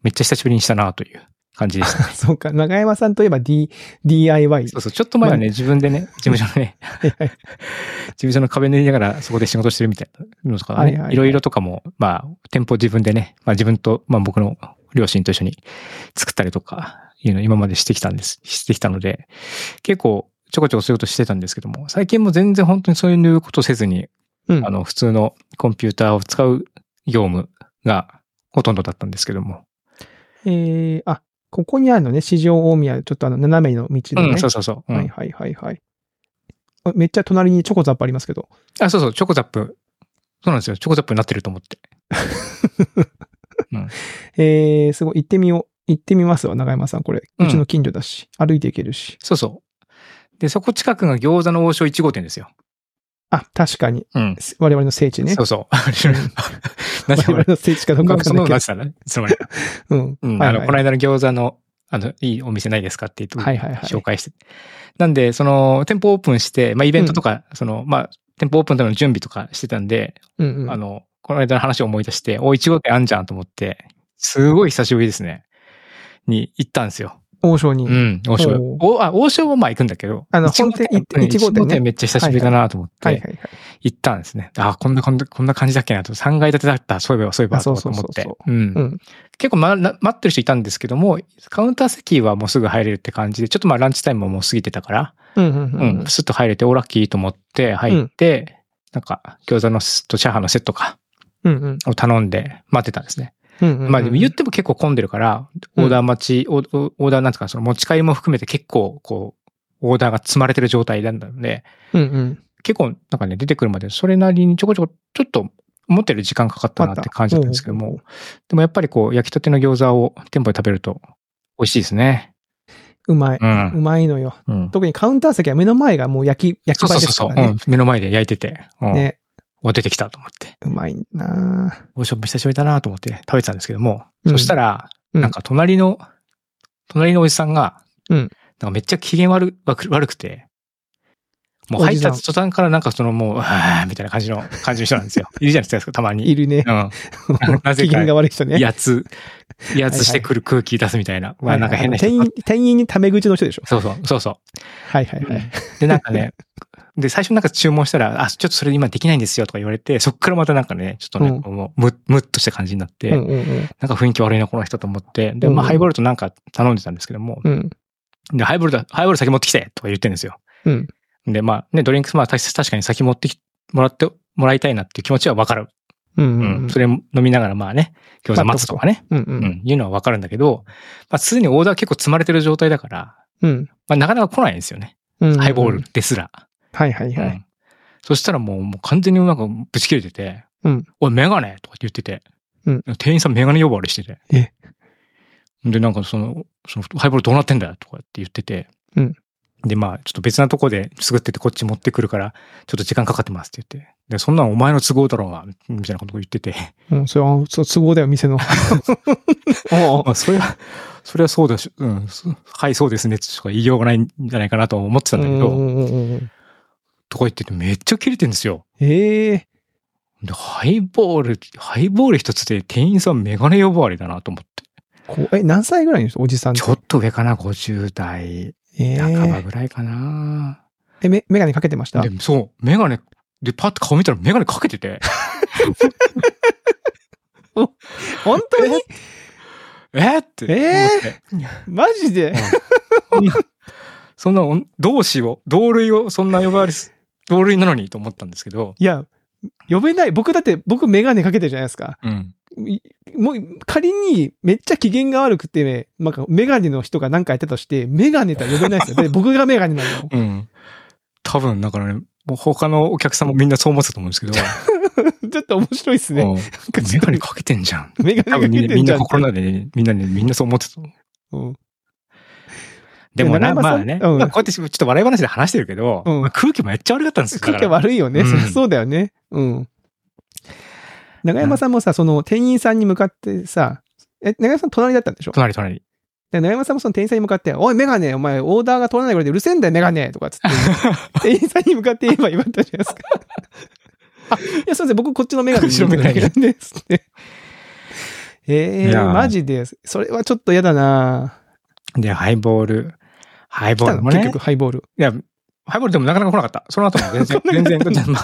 Speaker 1: めっちゃ久しぶりにしたなという感じでした。
Speaker 2: そうか。長山さんといえば D、DIY。
Speaker 1: そうそう、ちょっと前はね、
Speaker 2: ま
Speaker 1: 自分でね、事務所のね、
Speaker 2: はいはい
Speaker 1: 事務所の壁塗りながらそこで仕事してるみたいなのとかね、
Speaker 2: はい
Speaker 1: い
Speaker 2: はいはい
Speaker 1: ろいろとかも、まあ、店舗自分でね、まあ自分と、まあ僕の両親と一緒に作ったりとか、いうのを今までしてきたんです、してきたので、結構ちょこちょこそういうことしてたんですけども、最近も全然本当にそういうことせずに、
Speaker 2: うん
Speaker 1: あの、普通のコンピューターを使う業務がほとんどだったんですけども、
Speaker 2: えー、あ、ここにあるのね、市場大宮、ちょっとあの、斜めの道のね。
Speaker 1: うん、そうそうそう、うん
Speaker 2: はいはいはいはい。あめっちゃ隣にチョコザップありますけど。
Speaker 1: あ、そうそう、チョコザップ。そうなんですよ。チョコザップになってると思って。
Speaker 2: えー、すごい、行ってみよう。行ってみますわ、長山さん、これ。
Speaker 1: うん
Speaker 2: うちの近所だし、歩いて行けるし。
Speaker 1: そうそう。で、そこ近くが餃子の王将1号店ですよ。
Speaker 2: あ、確かに。
Speaker 1: うん。
Speaker 2: す我々の聖地ね。
Speaker 1: そうそう。 何
Speaker 2: 我々
Speaker 1: で
Speaker 2: の聖地かどうかわか
Speaker 1: そ
Speaker 2: ん
Speaker 1: ん
Speaker 2: な
Speaker 1: ないこ
Speaker 2: け
Speaker 1: と
Speaker 2: ど
Speaker 1: なっ。てたね。つまり。
Speaker 2: うん。
Speaker 1: うん。
Speaker 2: はい
Speaker 1: あ
Speaker 2: はい
Speaker 1: の、この間の餃子の、あの、いいお店ないですかって言って、
Speaker 2: はいはいはい
Speaker 1: 紹介して。なんで、その、店舗オープンして、まあ、イベントとか、その、まあ、店舗オープンのための準備とかしてたんで、
Speaker 2: うんうん。
Speaker 1: あの、この間の話を思い出して、お、1号店あんじゃんと思って、すごい久しぶりですね。に行ったんですよ。
Speaker 2: 王将に。
Speaker 1: うん、王将。
Speaker 2: お
Speaker 1: おあ王将はまあ行くんだけど、
Speaker 2: あの
Speaker 1: 一号
Speaker 2: 本店い
Speaker 1: 一
Speaker 2: 一
Speaker 1: 号
Speaker 2: 号店ね
Speaker 1: 店めっちゃ久しぶりだなと思っ
Speaker 2: はいはい
Speaker 1: て、
Speaker 2: はい。
Speaker 1: 行ったんですね。あ、こんな、こんな、こんな感じだっけなと、3階建てだった、そういえば、そういえば、
Speaker 2: あ
Speaker 1: と
Speaker 2: そう
Speaker 1: 思
Speaker 2: そうそう
Speaker 1: って
Speaker 2: そ
Speaker 1: う
Speaker 2: う。
Speaker 1: ん
Speaker 2: うん。
Speaker 1: 結構、ま、な待ってる人いたんですけども、カウンター席はもうすぐ入れるって感じで、ちょっとまあランチタイムももう過ぎてたから、
Speaker 2: うんうんう
Speaker 1: うん
Speaker 2: うん
Speaker 1: ん、。スッと入れて、オーラッキーと思って入って、なんか、餃子のスとチャーハンのセットか、
Speaker 2: うんうん。
Speaker 1: を頼んで待ってたんですね。
Speaker 2: うんうん。
Speaker 1: まあでも言っても結構混んでるから、
Speaker 2: うん
Speaker 1: オーダー待ち、オーオーオーダーなんつうか、その持ち帰りも含めて結構こう、オーダーが積まれてる状態なんだので、
Speaker 2: うんうん。
Speaker 1: 結構なんかね、出てくるまでそれなりにちょこちょこ、ちょっと思ってる時間かかったなって感じだったんですけど
Speaker 2: うんうん
Speaker 1: も、でもやっぱりこう、焼きたての餃子を店舗で食べると美味しいですね。
Speaker 2: うまい。
Speaker 1: う。
Speaker 2: うんまいのよ。
Speaker 1: うん。
Speaker 2: 特にカウンター席は目の前がもう焼き、焼
Speaker 1: そ
Speaker 2: き
Speaker 1: うそ
Speaker 2: 場
Speaker 1: うそうそ
Speaker 2: ですか
Speaker 1: う、
Speaker 2: ら
Speaker 1: う
Speaker 2: ね
Speaker 1: ん。。目の前で焼いてて、うん。
Speaker 2: ね、
Speaker 1: お出てきたと思って。
Speaker 2: うまいなあ
Speaker 1: おしょ久しぶりだなと思って食べてたんですけども、
Speaker 2: うん
Speaker 1: そしたら、
Speaker 2: うん
Speaker 1: なんか隣の、隣のおじさんが、
Speaker 2: うん
Speaker 1: なんかめっちゃ機嫌悪悪悪くて、もう
Speaker 2: お
Speaker 1: 入
Speaker 2: じ
Speaker 1: っ
Speaker 2: さん
Speaker 1: た途端からなんかそのもう、あーみたいな感じの、感じの人なんです よ。いるじゃないですか、たまに。
Speaker 2: いるね。
Speaker 1: うん。なぜ
Speaker 2: 機嫌が
Speaker 1: か、
Speaker 2: 悪い人ね。
Speaker 1: やつ、やつしてくる空気出すみたいな。うわなんか変な人。
Speaker 2: 店員、店員にタメ口の人でしょ。
Speaker 1: そうそう、そうそ。
Speaker 2: はいはいうはい。
Speaker 1: で、なんかね、で、最初なんか注文したら、あ、ちょっとそれ今できないんですよとか言われて、そっからまたなんかね、ちょっとね、
Speaker 2: うん
Speaker 1: こうもう、む、むっとした感じになって、
Speaker 2: うんうんうん
Speaker 1: なんか雰囲気悪いな、この人と思って。で、
Speaker 2: うん
Speaker 1: まあ、ハイボールとなんか頼んでたんですけども、
Speaker 2: うん。
Speaker 1: で、ハイボールだ、ハイボール先持ってきてとか言ってるんですよ。
Speaker 2: うん。
Speaker 1: で、まあね、ドリンクス、まあ、たし確かに先持ってき、もらって、もらいたいなっていう気持ちはわかる。
Speaker 2: うん
Speaker 1: う
Speaker 2: うん
Speaker 1: ん。それ飲みながら、まあね、餃子待つとかね、
Speaker 2: うんう
Speaker 1: うんん、いうのはわかるんだけど、まあ、すでにオーダー結構積まれてる状態だから、
Speaker 2: うん
Speaker 1: まあ、なかなか来ないんですよね。
Speaker 2: うん。
Speaker 1: ハイボール。ですら。
Speaker 2: はいはいうはい。
Speaker 1: ん。そしたらもう、もう完全になんかぶち切れてて、
Speaker 2: うん
Speaker 1: おい、メガネとか言ってて、
Speaker 2: うん
Speaker 1: 店員さんメガネ呼ばわりしてて。
Speaker 2: え
Speaker 1: で、なんかその、その、ハイボールどうなってんだよとかって言ってて、
Speaker 2: うん
Speaker 1: で、まあ、ちょっと別なとこですぐっててこっち持ってくるから、ちょっと時間かかってますって言って。で、そんなんお前の都合だろうが、みたいなことを言ってて。
Speaker 2: うん、それは、そう、都合だよ、店 の。おうおう
Speaker 1: まあ、それは、それはそうだし、うん、そはい、そうですね、とか言いようがないんじゃないかなと思ってたんだけ
Speaker 2: う
Speaker 1: ど、
Speaker 2: んうんうんうん
Speaker 1: とか言っててめっちゃ切れてんですよ。
Speaker 2: ええ。
Speaker 1: で、ハイボール、ハイボール一つで店員さんメガネ呼ばわりだなと思って。
Speaker 2: こうえ、何歳ぐらいの人おじさんって
Speaker 1: ちょっと上かな、50代
Speaker 2: え
Speaker 1: 半ば
Speaker 2: ー
Speaker 1: ぐらいかな。
Speaker 2: え、めメガネかけてました
Speaker 1: で、そう、メガネ、で、パッと顔見たらメガネかけてて、
Speaker 2: 本 当に
Speaker 1: えって思って。
Speaker 2: マジで
Speaker 1: うんそんなお、同志を、同類を、そんな呼ばわりす、 同類なのにと思ったんですけど、
Speaker 2: いや、呼べない。僕だって、僕メガネかけてるじゃないですか。
Speaker 1: うん。
Speaker 2: いもう、仮にめっちゃ機嫌が悪くて、ね、なんかメガネの人が何かやったとして、メガネとは呼べないです よ。で僕がメガネなの。
Speaker 1: うん。多分、だからね、もう他のお客さんもみんなそう思ってたと思うん ですけど、
Speaker 2: ちょっと面白いですね。
Speaker 1: もう
Speaker 2: なんかち
Speaker 1: メ
Speaker 2: ょっと
Speaker 1: ガネかけてんじゃ ん。
Speaker 2: メガ
Speaker 1: 多分
Speaker 2: ネか
Speaker 1: みん
Speaker 2: け
Speaker 1: な
Speaker 2: て
Speaker 1: み
Speaker 2: ん
Speaker 1: ん
Speaker 2: じゃ
Speaker 1: なん
Speaker 2: って
Speaker 1: 心の中でね、みんなね、みんなそう思ってたと思う。
Speaker 2: うん
Speaker 1: でもな、
Speaker 2: 中山さ
Speaker 1: ま
Speaker 2: ん
Speaker 1: あね、
Speaker 2: うん
Speaker 1: まあこうやってちょっと笑い話で話してるけど、
Speaker 2: うん
Speaker 1: まあ空気もめっちゃ悪かったんですよ。だから
Speaker 2: 空気悪いよね。
Speaker 1: うん
Speaker 2: そりゃそうだよね。うん。長山さんもさ、その店員さんに向かってさ、え、長山さん隣だったんでしょ
Speaker 1: 隣隣。
Speaker 2: で、長山さんもその店員さんに向かって、おい、メガネ、お前、オーダーが取らないぐらいでうるせえんだよ、メガネとかっつ って、店員さんに向かって言えば言われたじゃないです か。あ、いや、すいません、僕、こっちのメガネ、
Speaker 1: 後ろメガネ
Speaker 2: なんですって。え
Speaker 1: いや
Speaker 2: ー、
Speaker 1: ー
Speaker 2: マジで、それはちょっと嫌だな
Speaker 1: で、ハイボール。ハイ
Speaker 2: 来
Speaker 1: ボー
Speaker 2: た
Speaker 1: ル
Speaker 2: の、
Speaker 1: も
Speaker 2: 結
Speaker 1: ね
Speaker 2: 局、。ハイボール。
Speaker 1: いや、ハイボールでもなかなか来なかった。その後も全 然、全然、だって、ま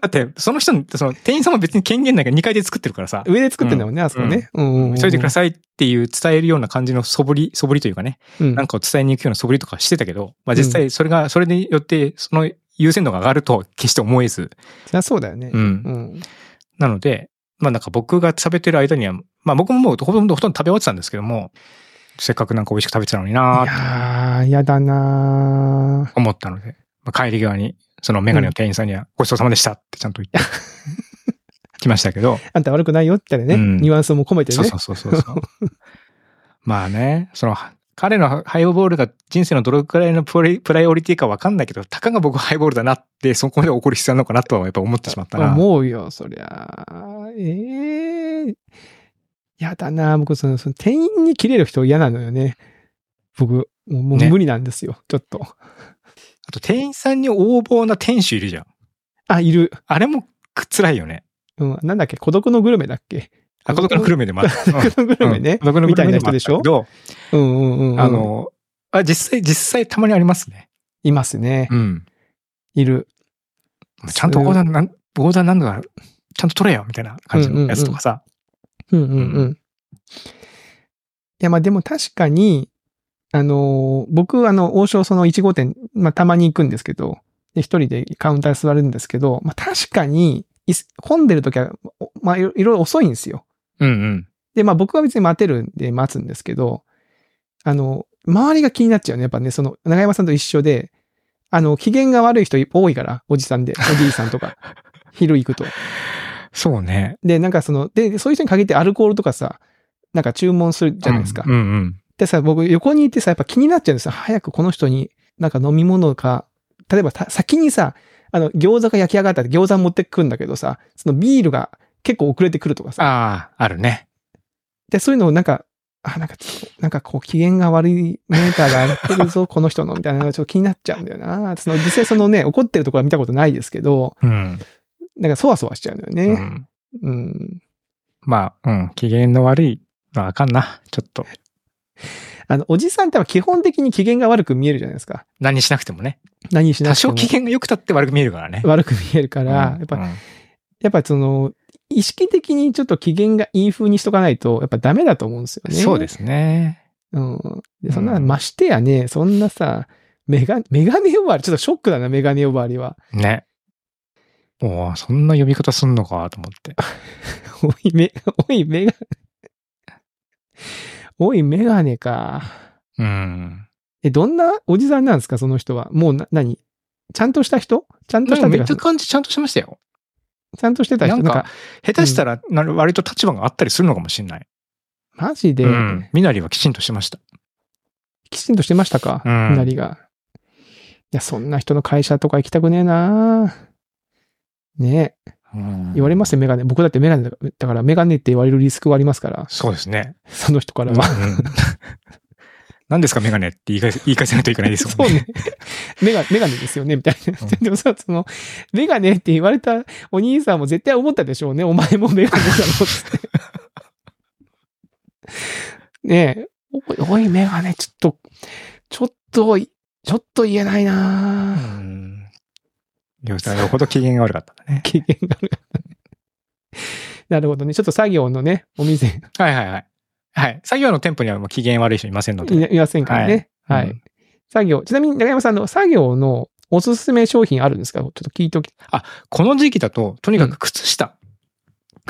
Speaker 1: あだってその人の、その店員さんも別に権限ないから2階で作ってるからさ、
Speaker 2: 上で作ってんだもんね、あそこね。うん。
Speaker 1: 急いでくださいっていう伝えるような感じの素振り、素振りというかね、
Speaker 2: い。うん
Speaker 1: なんかを伝えに行くような素振りとかしてたけど、まあ実際それが、それによって、その優先度が上がるとは決して思えず、
Speaker 2: そりゃそうだよね
Speaker 1: う。ん
Speaker 2: う。ん。
Speaker 1: なので、まあなんか僕が食べてる間には、まあ僕ももうほとんどほとんど食べ終わってたんですけども、せっかくなんか美味しく食べてたのにないーって
Speaker 2: やー、嫌だな
Speaker 1: 思ったので、まあ、帰り際に、そのメガネの店員さんには、ごちそうさまでしたってちゃんと 言って、来ましたけど、
Speaker 2: あんた悪くないよってね、
Speaker 1: うん
Speaker 2: ニュアンスも込めてね。
Speaker 1: そうそうそうそう そう。まあね、その、彼のハイボールが人生のどれくらいのプライプライオリティかわかんないけど、たかが僕ハイボールだなって、そこまで怒る必要あるのかなとはやっぱ思ってしまったな。
Speaker 2: 思うよ、そりゃ。ええやだな僕その、その、店員に切れる人嫌なのよね。僕、もうもう
Speaker 1: ね
Speaker 2: 無理なんですよ、ちょっと。
Speaker 1: あと店員さんに横暴な店主いるじゃん。
Speaker 2: あ、いる。
Speaker 1: あれもく辛いよね。
Speaker 2: うん、なんだっけ、孤独のグルメだっけ。
Speaker 1: あ、孤独のグルメでも あった。
Speaker 2: 孤独のグルメね。
Speaker 1: うん孤独のグ
Speaker 2: みた
Speaker 1: ル
Speaker 2: い
Speaker 1: メ
Speaker 2: な
Speaker 1: でもあっ
Speaker 2: 人で
Speaker 1: た
Speaker 2: し
Speaker 1: け
Speaker 2: ょ
Speaker 1: ど、
Speaker 2: うんうんうんうん。
Speaker 1: あ、の、あ実際、実際たまにありますね。
Speaker 2: いますね。
Speaker 1: うん。
Speaker 2: いる。
Speaker 1: ちゃんとオーダーなん、オーダーなんだから、ちゃんと取れよみたいな感じのやつとかさ。
Speaker 2: うんうんう。
Speaker 1: うん
Speaker 2: いや、まあでも確かに、あのー僕、あの、王将その1号店、まあたまに行くんですけど、で一人でカウンターに座るんですけど、まあ確かに、いす混んでる時は、おまあいろいろいろ遅いんですよ。
Speaker 1: うんうん。
Speaker 2: で、まあ僕は別に待てるんで待つんですけど、あの、周りが気になっちゃうね。やっぱね、その、長山さんと一緒で、あの、機嫌が悪い人多いから、おじさんで、おじいさんとか、昼行くと。
Speaker 1: そうね。
Speaker 2: で、なんかその、で、そういう人に限ってアルコールとかさ、なんか注文するじゃないですか。
Speaker 1: うんうん。
Speaker 2: でさ、僕横にいてさ、やっぱ気になっちゃうんですよ。早くこの人に、なんか飲み物か、例えばた先にさ、あの、餃子が焼き上がったら餃子持ってくんだけどさ、そのビールが結構遅れてくるとかさ。
Speaker 1: ああ、あるね。
Speaker 2: で、そういうのをなんか、あ、なんか、なんかこう、機嫌が悪いメーターが上がって るぞ、この人の、みたいなのがちょっと気になっちゃうんだよな。その、実際そのね、怒ってるところは見たことないですけど、
Speaker 1: うん。
Speaker 2: なんかそわそわしちゃうんだよ
Speaker 1: う
Speaker 2: ね。
Speaker 1: ん、
Speaker 2: うん
Speaker 1: まあ、うん。機嫌の悪いのはあかんな。ちょっと。
Speaker 2: あの、おじさんっては基本的に機嫌が悪く見えるじゃないですか。
Speaker 1: 何しなくてもね。
Speaker 2: 何しな
Speaker 1: 多
Speaker 2: くても
Speaker 1: 少機嫌が良くたって悪く見えるからね。
Speaker 2: 悪く見えるか、
Speaker 1: から
Speaker 2: やっぱ、
Speaker 1: うん、
Speaker 2: やっぱその、意識的にちょっと機嫌がいい風にしとかないと、やっぱダメだと思うんですよね。。
Speaker 1: そうですすね。
Speaker 2: うん。で、そんな、
Speaker 1: うん
Speaker 2: ましてやね、そんなさ、メガ、メガネ呼ばわり、ちょっとショックだな、メガネ呼ばわりは。
Speaker 1: ね。おおそんな呼び方すんのかと思って。
Speaker 2: おい、メ、 おい、メガ、おい、メガネか。
Speaker 1: うん。
Speaker 2: え、どんなおじさんなんですか、その人は。もうな、何ちゃんとした人ちゃんと
Speaker 1: な
Speaker 2: し
Speaker 1: んか
Speaker 2: たっ
Speaker 1: め
Speaker 2: ていう
Speaker 1: っ
Speaker 2: か
Speaker 1: ちゃ感じちゃんとしてましたよ。
Speaker 2: ちゃんとしてた人
Speaker 1: なんか、下手したら、な割と立場があったりするのかもしれない。
Speaker 2: マジで、
Speaker 1: うん。みなりはきちんとしてました。
Speaker 2: きちんとしてましたか、
Speaker 1: うん
Speaker 2: みなりが。いや、そんな人の会社とか行きたくねえなねえ。言われますよ、メガネ。僕だってメガネだから、だからメガネって言われるリスクはありますから、
Speaker 1: そうですね。
Speaker 2: その人からは。
Speaker 1: うんうん 何ですかメガネって言い返せ 言い返さないといけないです
Speaker 2: そ
Speaker 1: も
Speaker 2: うん
Speaker 1: ね。
Speaker 2: ね。メガ、メガネですよね、みたいな。
Speaker 1: うん
Speaker 2: でもさ、その、メガネって言われたお兄さんも絶対思ったでしょうね。お前もメガネだろ、つって。ねえ、おい、おい、メガネ、ちょっと、ちょっと、ちょっと言えないな
Speaker 1: うん。よほど機嫌が悪かったんだね。
Speaker 2: 機嫌が悪かったね。なるほどね。ちょっと作業のね、お店、
Speaker 1: はいはいはい。はい。作業の店舗にはもう機嫌悪い人いませんので。
Speaker 2: いいませんからね。
Speaker 1: は
Speaker 2: はいい。
Speaker 1: うん
Speaker 2: 作業、ちなみに中山さんあの作業のおすすめ商品あるんですかちょっと聞いておき。
Speaker 1: この時期だと、とにかく靴下。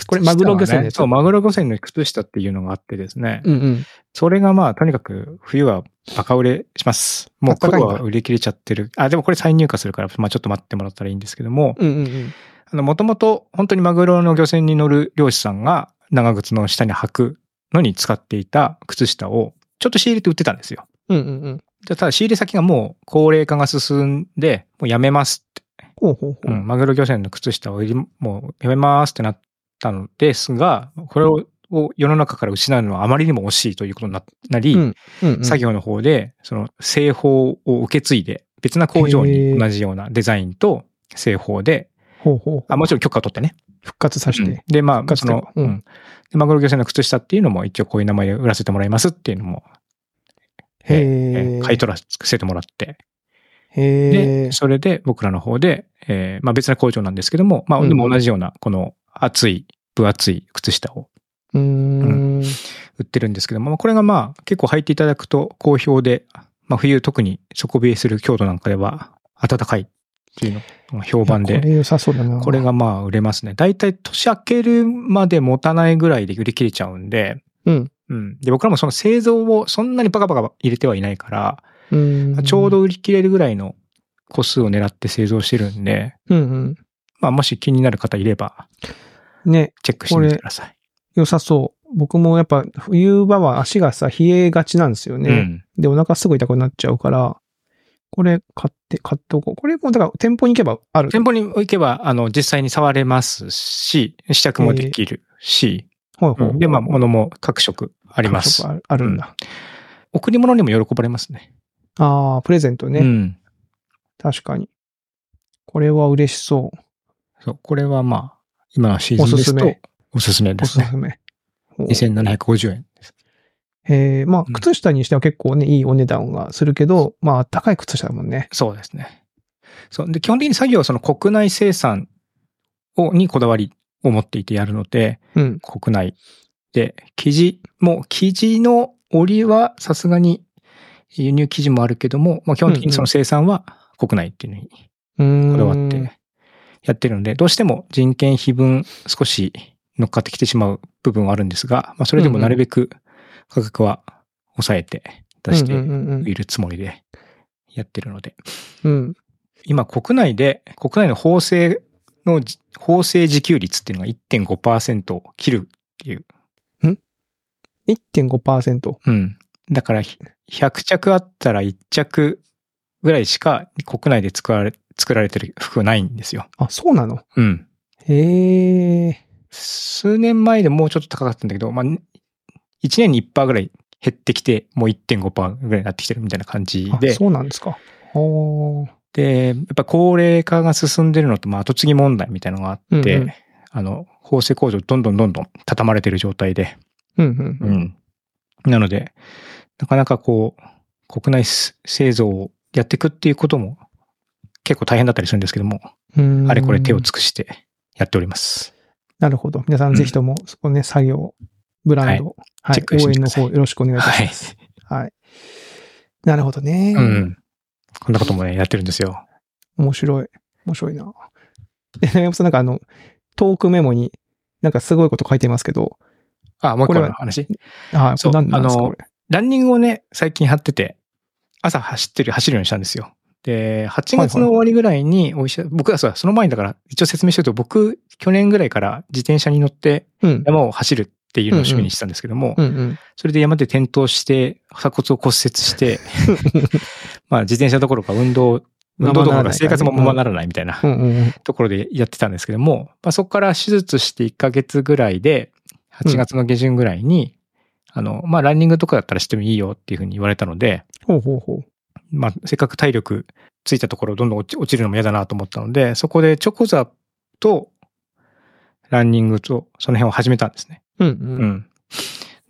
Speaker 2: これマグロ漁船
Speaker 1: で。
Speaker 2: です
Speaker 1: そう、マグロ漁船の靴下っていうのがあってですね。
Speaker 2: うんうん。
Speaker 1: それがまあ、とにかく冬はバカ売れします。もう
Speaker 2: あ
Speaker 1: 今
Speaker 2: 高いん
Speaker 1: 度は
Speaker 2: だ
Speaker 1: 売り切れちゃってる。あ、でもこれ再入荷するから、まあちょっと待ってもらったらいいんですけども、
Speaker 2: うんうんうん。
Speaker 1: あの、もともと本当にマグロの漁船に乗る漁師さんが長靴の下に履くのに使っていた靴下をちょっと仕入れて売ってたんですよ。
Speaker 2: うんうんうん。
Speaker 1: じゃあただ仕入れ先がもう高齢化が進んで、もうやめますって。
Speaker 2: ほうほうほう。
Speaker 1: うん、マグロ漁船の靴下を売りもうやめますってなったのですが、これをを世の中から失うのはあまりにも惜しいということにななり、
Speaker 2: うんうんうん
Speaker 1: 作業の方で、その製法を受け継いで、別な工場に同じようなデザインと製法で、
Speaker 2: ほうほう。
Speaker 1: あ、もちろん許可を取ってね。
Speaker 2: 復活させ
Speaker 1: うん
Speaker 2: て。
Speaker 1: で、ま
Speaker 2: 復
Speaker 1: あ、そ
Speaker 2: 活という
Speaker 1: の
Speaker 2: か、うん
Speaker 1: うんでマグロ漁船の靴下っていうのも一応こういう名前で売らせてもらいますっていうのも、
Speaker 2: へ
Speaker 1: え
Speaker 2: え
Speaker 1: ー。買い取らせてもらって、
Speaker 2: へえ
Speaker 1: で、。それで僕らの方で、えーまあ別な工場なんですけども、まあ
Speaker 2: うん
Speaker 1: でも同じような、この厚い、分厚い靴下を
Speaker 2: うーん。
Speaker 1: 売ってるんですけども、まあこれがまあ結構履いていただくと好評で、まあ冬特に底冷えする京都なんかでは暖かいっていうのが評判
Speaker 2: いやこ
Speaker 1: で、
Speaker 2: れ良さそうだな。
Speaker 1: これ。がまあ売れますね。だいたい年明けるまで持たないぐらいで売り切れちゃうんで、
Speaker 2: うん。
Speaker 1: うん。で、僕らもその製造をそんなにバカバカ入れてはいないから、
Speaker 2: うん
Speaker 1: まあちょうど。売り切れるぐらいの個数を狙って製造してるんで、
Speaker 2: うん
Speaker 1: まあ、もし気になる方いれば、
Speaker 2: うん。ね、
Speaker 1: チェックしてみてください。
Speaker 2: 良さそう。僕もやっぱ冬場は足がさ、冷えがちなんですよね。
Speaker 1: うん。
Speaker 2: で、お腹すぐ痛くなっちゃうから、これ買って、買っておこう。これも、だから店舗に行けばある。
Speaker 1: 店舗に行けば、あの、実際に触れますし、試着もできるし、
Speaker 2: ほいほい
Speaker 1: うんで、まあ、物も各色あります。
Speaker 2: あるあるんだ。
Speaker 1: 贈り物にも喜ばれますね。
Speaker 2: ああ、プレゼントね。
Speaker 1: うん。
Speaker 2: 確かに。これは嬉しそう。
Speaker 1: そう、これはまあ、今のシーズンです
Speaker 2: おすす
Speaker 1: と
Speaker 2: め、
Speaker 1: おすすめで
Speaker 2: お
Speaker 1: す
Speaker 2: す
Speaker 1: ね。
Speaker 2: すめ。ほう
Speaker 1: 2750円。
Speaker 2: えーまあ
Speaker 1: うん、
Speaker 2: 靴下にしては結構ね、いいお値段がするけど、まあ、高い靴下だもんね。
Speaker 1: そうですね。そう。で、基本的に作業はその国内生産を、にこだわりを持っていてやるので、
Speaker 2: うん。
Speaker 1: 国内で、生地も、生地の折りはさすがに輸入生地もあるけども、まあ、基本的にその生産は国内っていうのに
Speaker 2: うーん。
Speaker 1: こだわってやってるので、どうしても人件費分少し乗っかってきてしまう部分はあるんですが、まあ、それでもなるべく価格は抑えて出して
Speaker 2: うんうんうん
Speaker 1: いるつもりでやってるので、
Speaker 2: うん。うん
Speaker 1: 今国内で、国内の法制のじ、法制自給率っていうのが1.5%を切るっていう。
Speaker 2: 1.5%。
Speaker 1: うん。だから、ひ100着あったら1着ぐらいしか国内で作られ、作られてる服はないんですよ。
Speaker 2: あ、そうなの
Speaker 1: うん。
Speaker 2: へえ。
Speaker 1: 数年前でもうちょっと高かったんだけど、まあ、1年に1%ぐらい減ってきて、もう1.5%ぐらいになってきてるみたいな感じ
Speaker 2: あ
Speaker 1: で、
Speaker 2: そうなんですか。ほー
Speaker 1: で、やっぱ高齢化が進んでるのと、まあ、後継ぎ問題みたいなのがあって、
Speaker 2: うんうん
Speaker 1: あの、縫製工場どんどんどんどん畳まれてる状態で、
Speaker 2: うんうん。
Speaker 1: ん。なので、なかなかこう、国内す製造をやっていくっていうことも結構大変だったりするんですけども、
Speaker 2: うん
Speaker 1: あれこれ手を尽くしてやっております。
Speaker 2: なるほど。皆さん、ぜひとも、そこね、作業、ブランド、は
Speaker 1: チェッ
Speaker 2: い
Speaker 1: クして
Speaker 2: 応
Speaker 1: みてくだ
Speaker 2: 援の
Speaker 1: さい
Speaker 2: 方、よろしくお願いいたし
Speaker 1: はい
Speaker 2: ま。す。はい。なるほどね。
Speaker 1: うん。こんなこともね、やってるんですよ。
Speaker 2: 面白い。面白いな。で、長山さん、なんかあの、トークメモに、なんかすごいこと書いてますけど、
Speaker 1: あ、もう一個
Speaker 2: これは
Speaker 1: の話。
Speaker 2: はい、
Speaker 1: そう
Speaker 2: これ何なんですか、
Speaker 1: あの
Speaker 2: これ。
Speaker 1: ランニングをね、最近張ってて、朝走ってる、走るようにしたんですよ。で、8
Speaker 2: はい
Speaker 1: 月の終わりぐらいに、お医者、僕はそうだその前にだから、一応説明してると、僕、去年ぐらいから自転車に乗って
Speaker 2: うん。
Speaker 1: 山を走るっていうのを趣味にしてたんですけども、
Speaker 2: うんうん。
Speaker 1: それで山で転倒して、鎖骨を骨折 して、まあ自転車どころか運動、運動どころか生活もままならないみたいな
Speaker 2: うんうんうん。
Speaker 1: ところでやってたんですけども、まあ、そこから手術して1ヶ月ぐらいで、8月の下旬ぐらいに、あの、まあランニングとかだったらしてもいいよっていうふうに言われたので、
Speaker 2: ほうほうほう。
Speaker 1: まあせっかく体力ついたところどんどん落ち落ちるのも嫌だなと思ったので、そこでチョコザとランニングとその辺を始めたんですね。
Speaker 2: うん
Speaker 1: う
Speaker 2: うん。
Speaker 1: ん。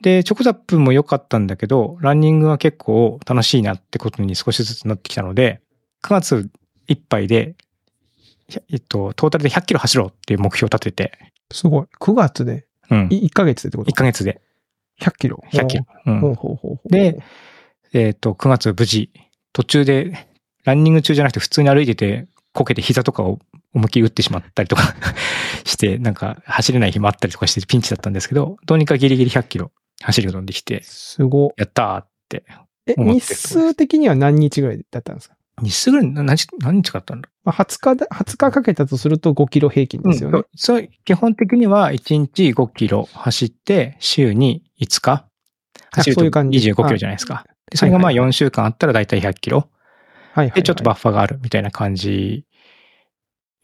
Speaker 1: で、チョコザップも良かったんだけど、ランニングは結構楽しいなってことに少しずつなってきたので、9月いっぱいで、ひゃえっと、トータルで100キロ走ろうっていう目標を立てて、
Speaker 2: すごい。9月で、
Speaker 1: うん。
Speaker 2: い1ヶ月でってこと
Speaker 1: 1ヶ月で
Speaker 2: ?100 キロ。
Speaker 1: 100キロ。う。
Speaker 2: ほうんほうほうほう。
Speaker 1: で、えっ、と、9月無事、途中で、ランニング中じゃなくて普通に歩いてて、こけて膝とかを思いっきり打ってしまったりとか して、なんか走れない日もあったりとかしてピンチだったんですけど、どうにかギリギリ100キロ走ることができて、
Speaker 2: すごい。
Speaker 1: やったーって。
Speaker 2: え、
Speaker 1: 思ってる
Speaker 2: 日数的には何日ぐらいだったんですか、
Speaker 1: 日数ぐらいな何日、何日かあったんだ
Speaker 2: まあ、?20 日だ、20日かけたとすると5キロ平均
Speaker 1: ろう
Speaker 2: ですよね。
Speaker 1: んそうそう、基本的には1日5キロ走って、週に5日走ると
Speaker 2: そういう感じ
Speaker 1: 25キロじゃないですか。でそれがまあ4週間あったらだいたい100キロ。
Speaker 2: はいはいは
Speaker 1: で、
Speaker 2: い。
Speaker 1: ちょっとバッファがあるみたいな感じ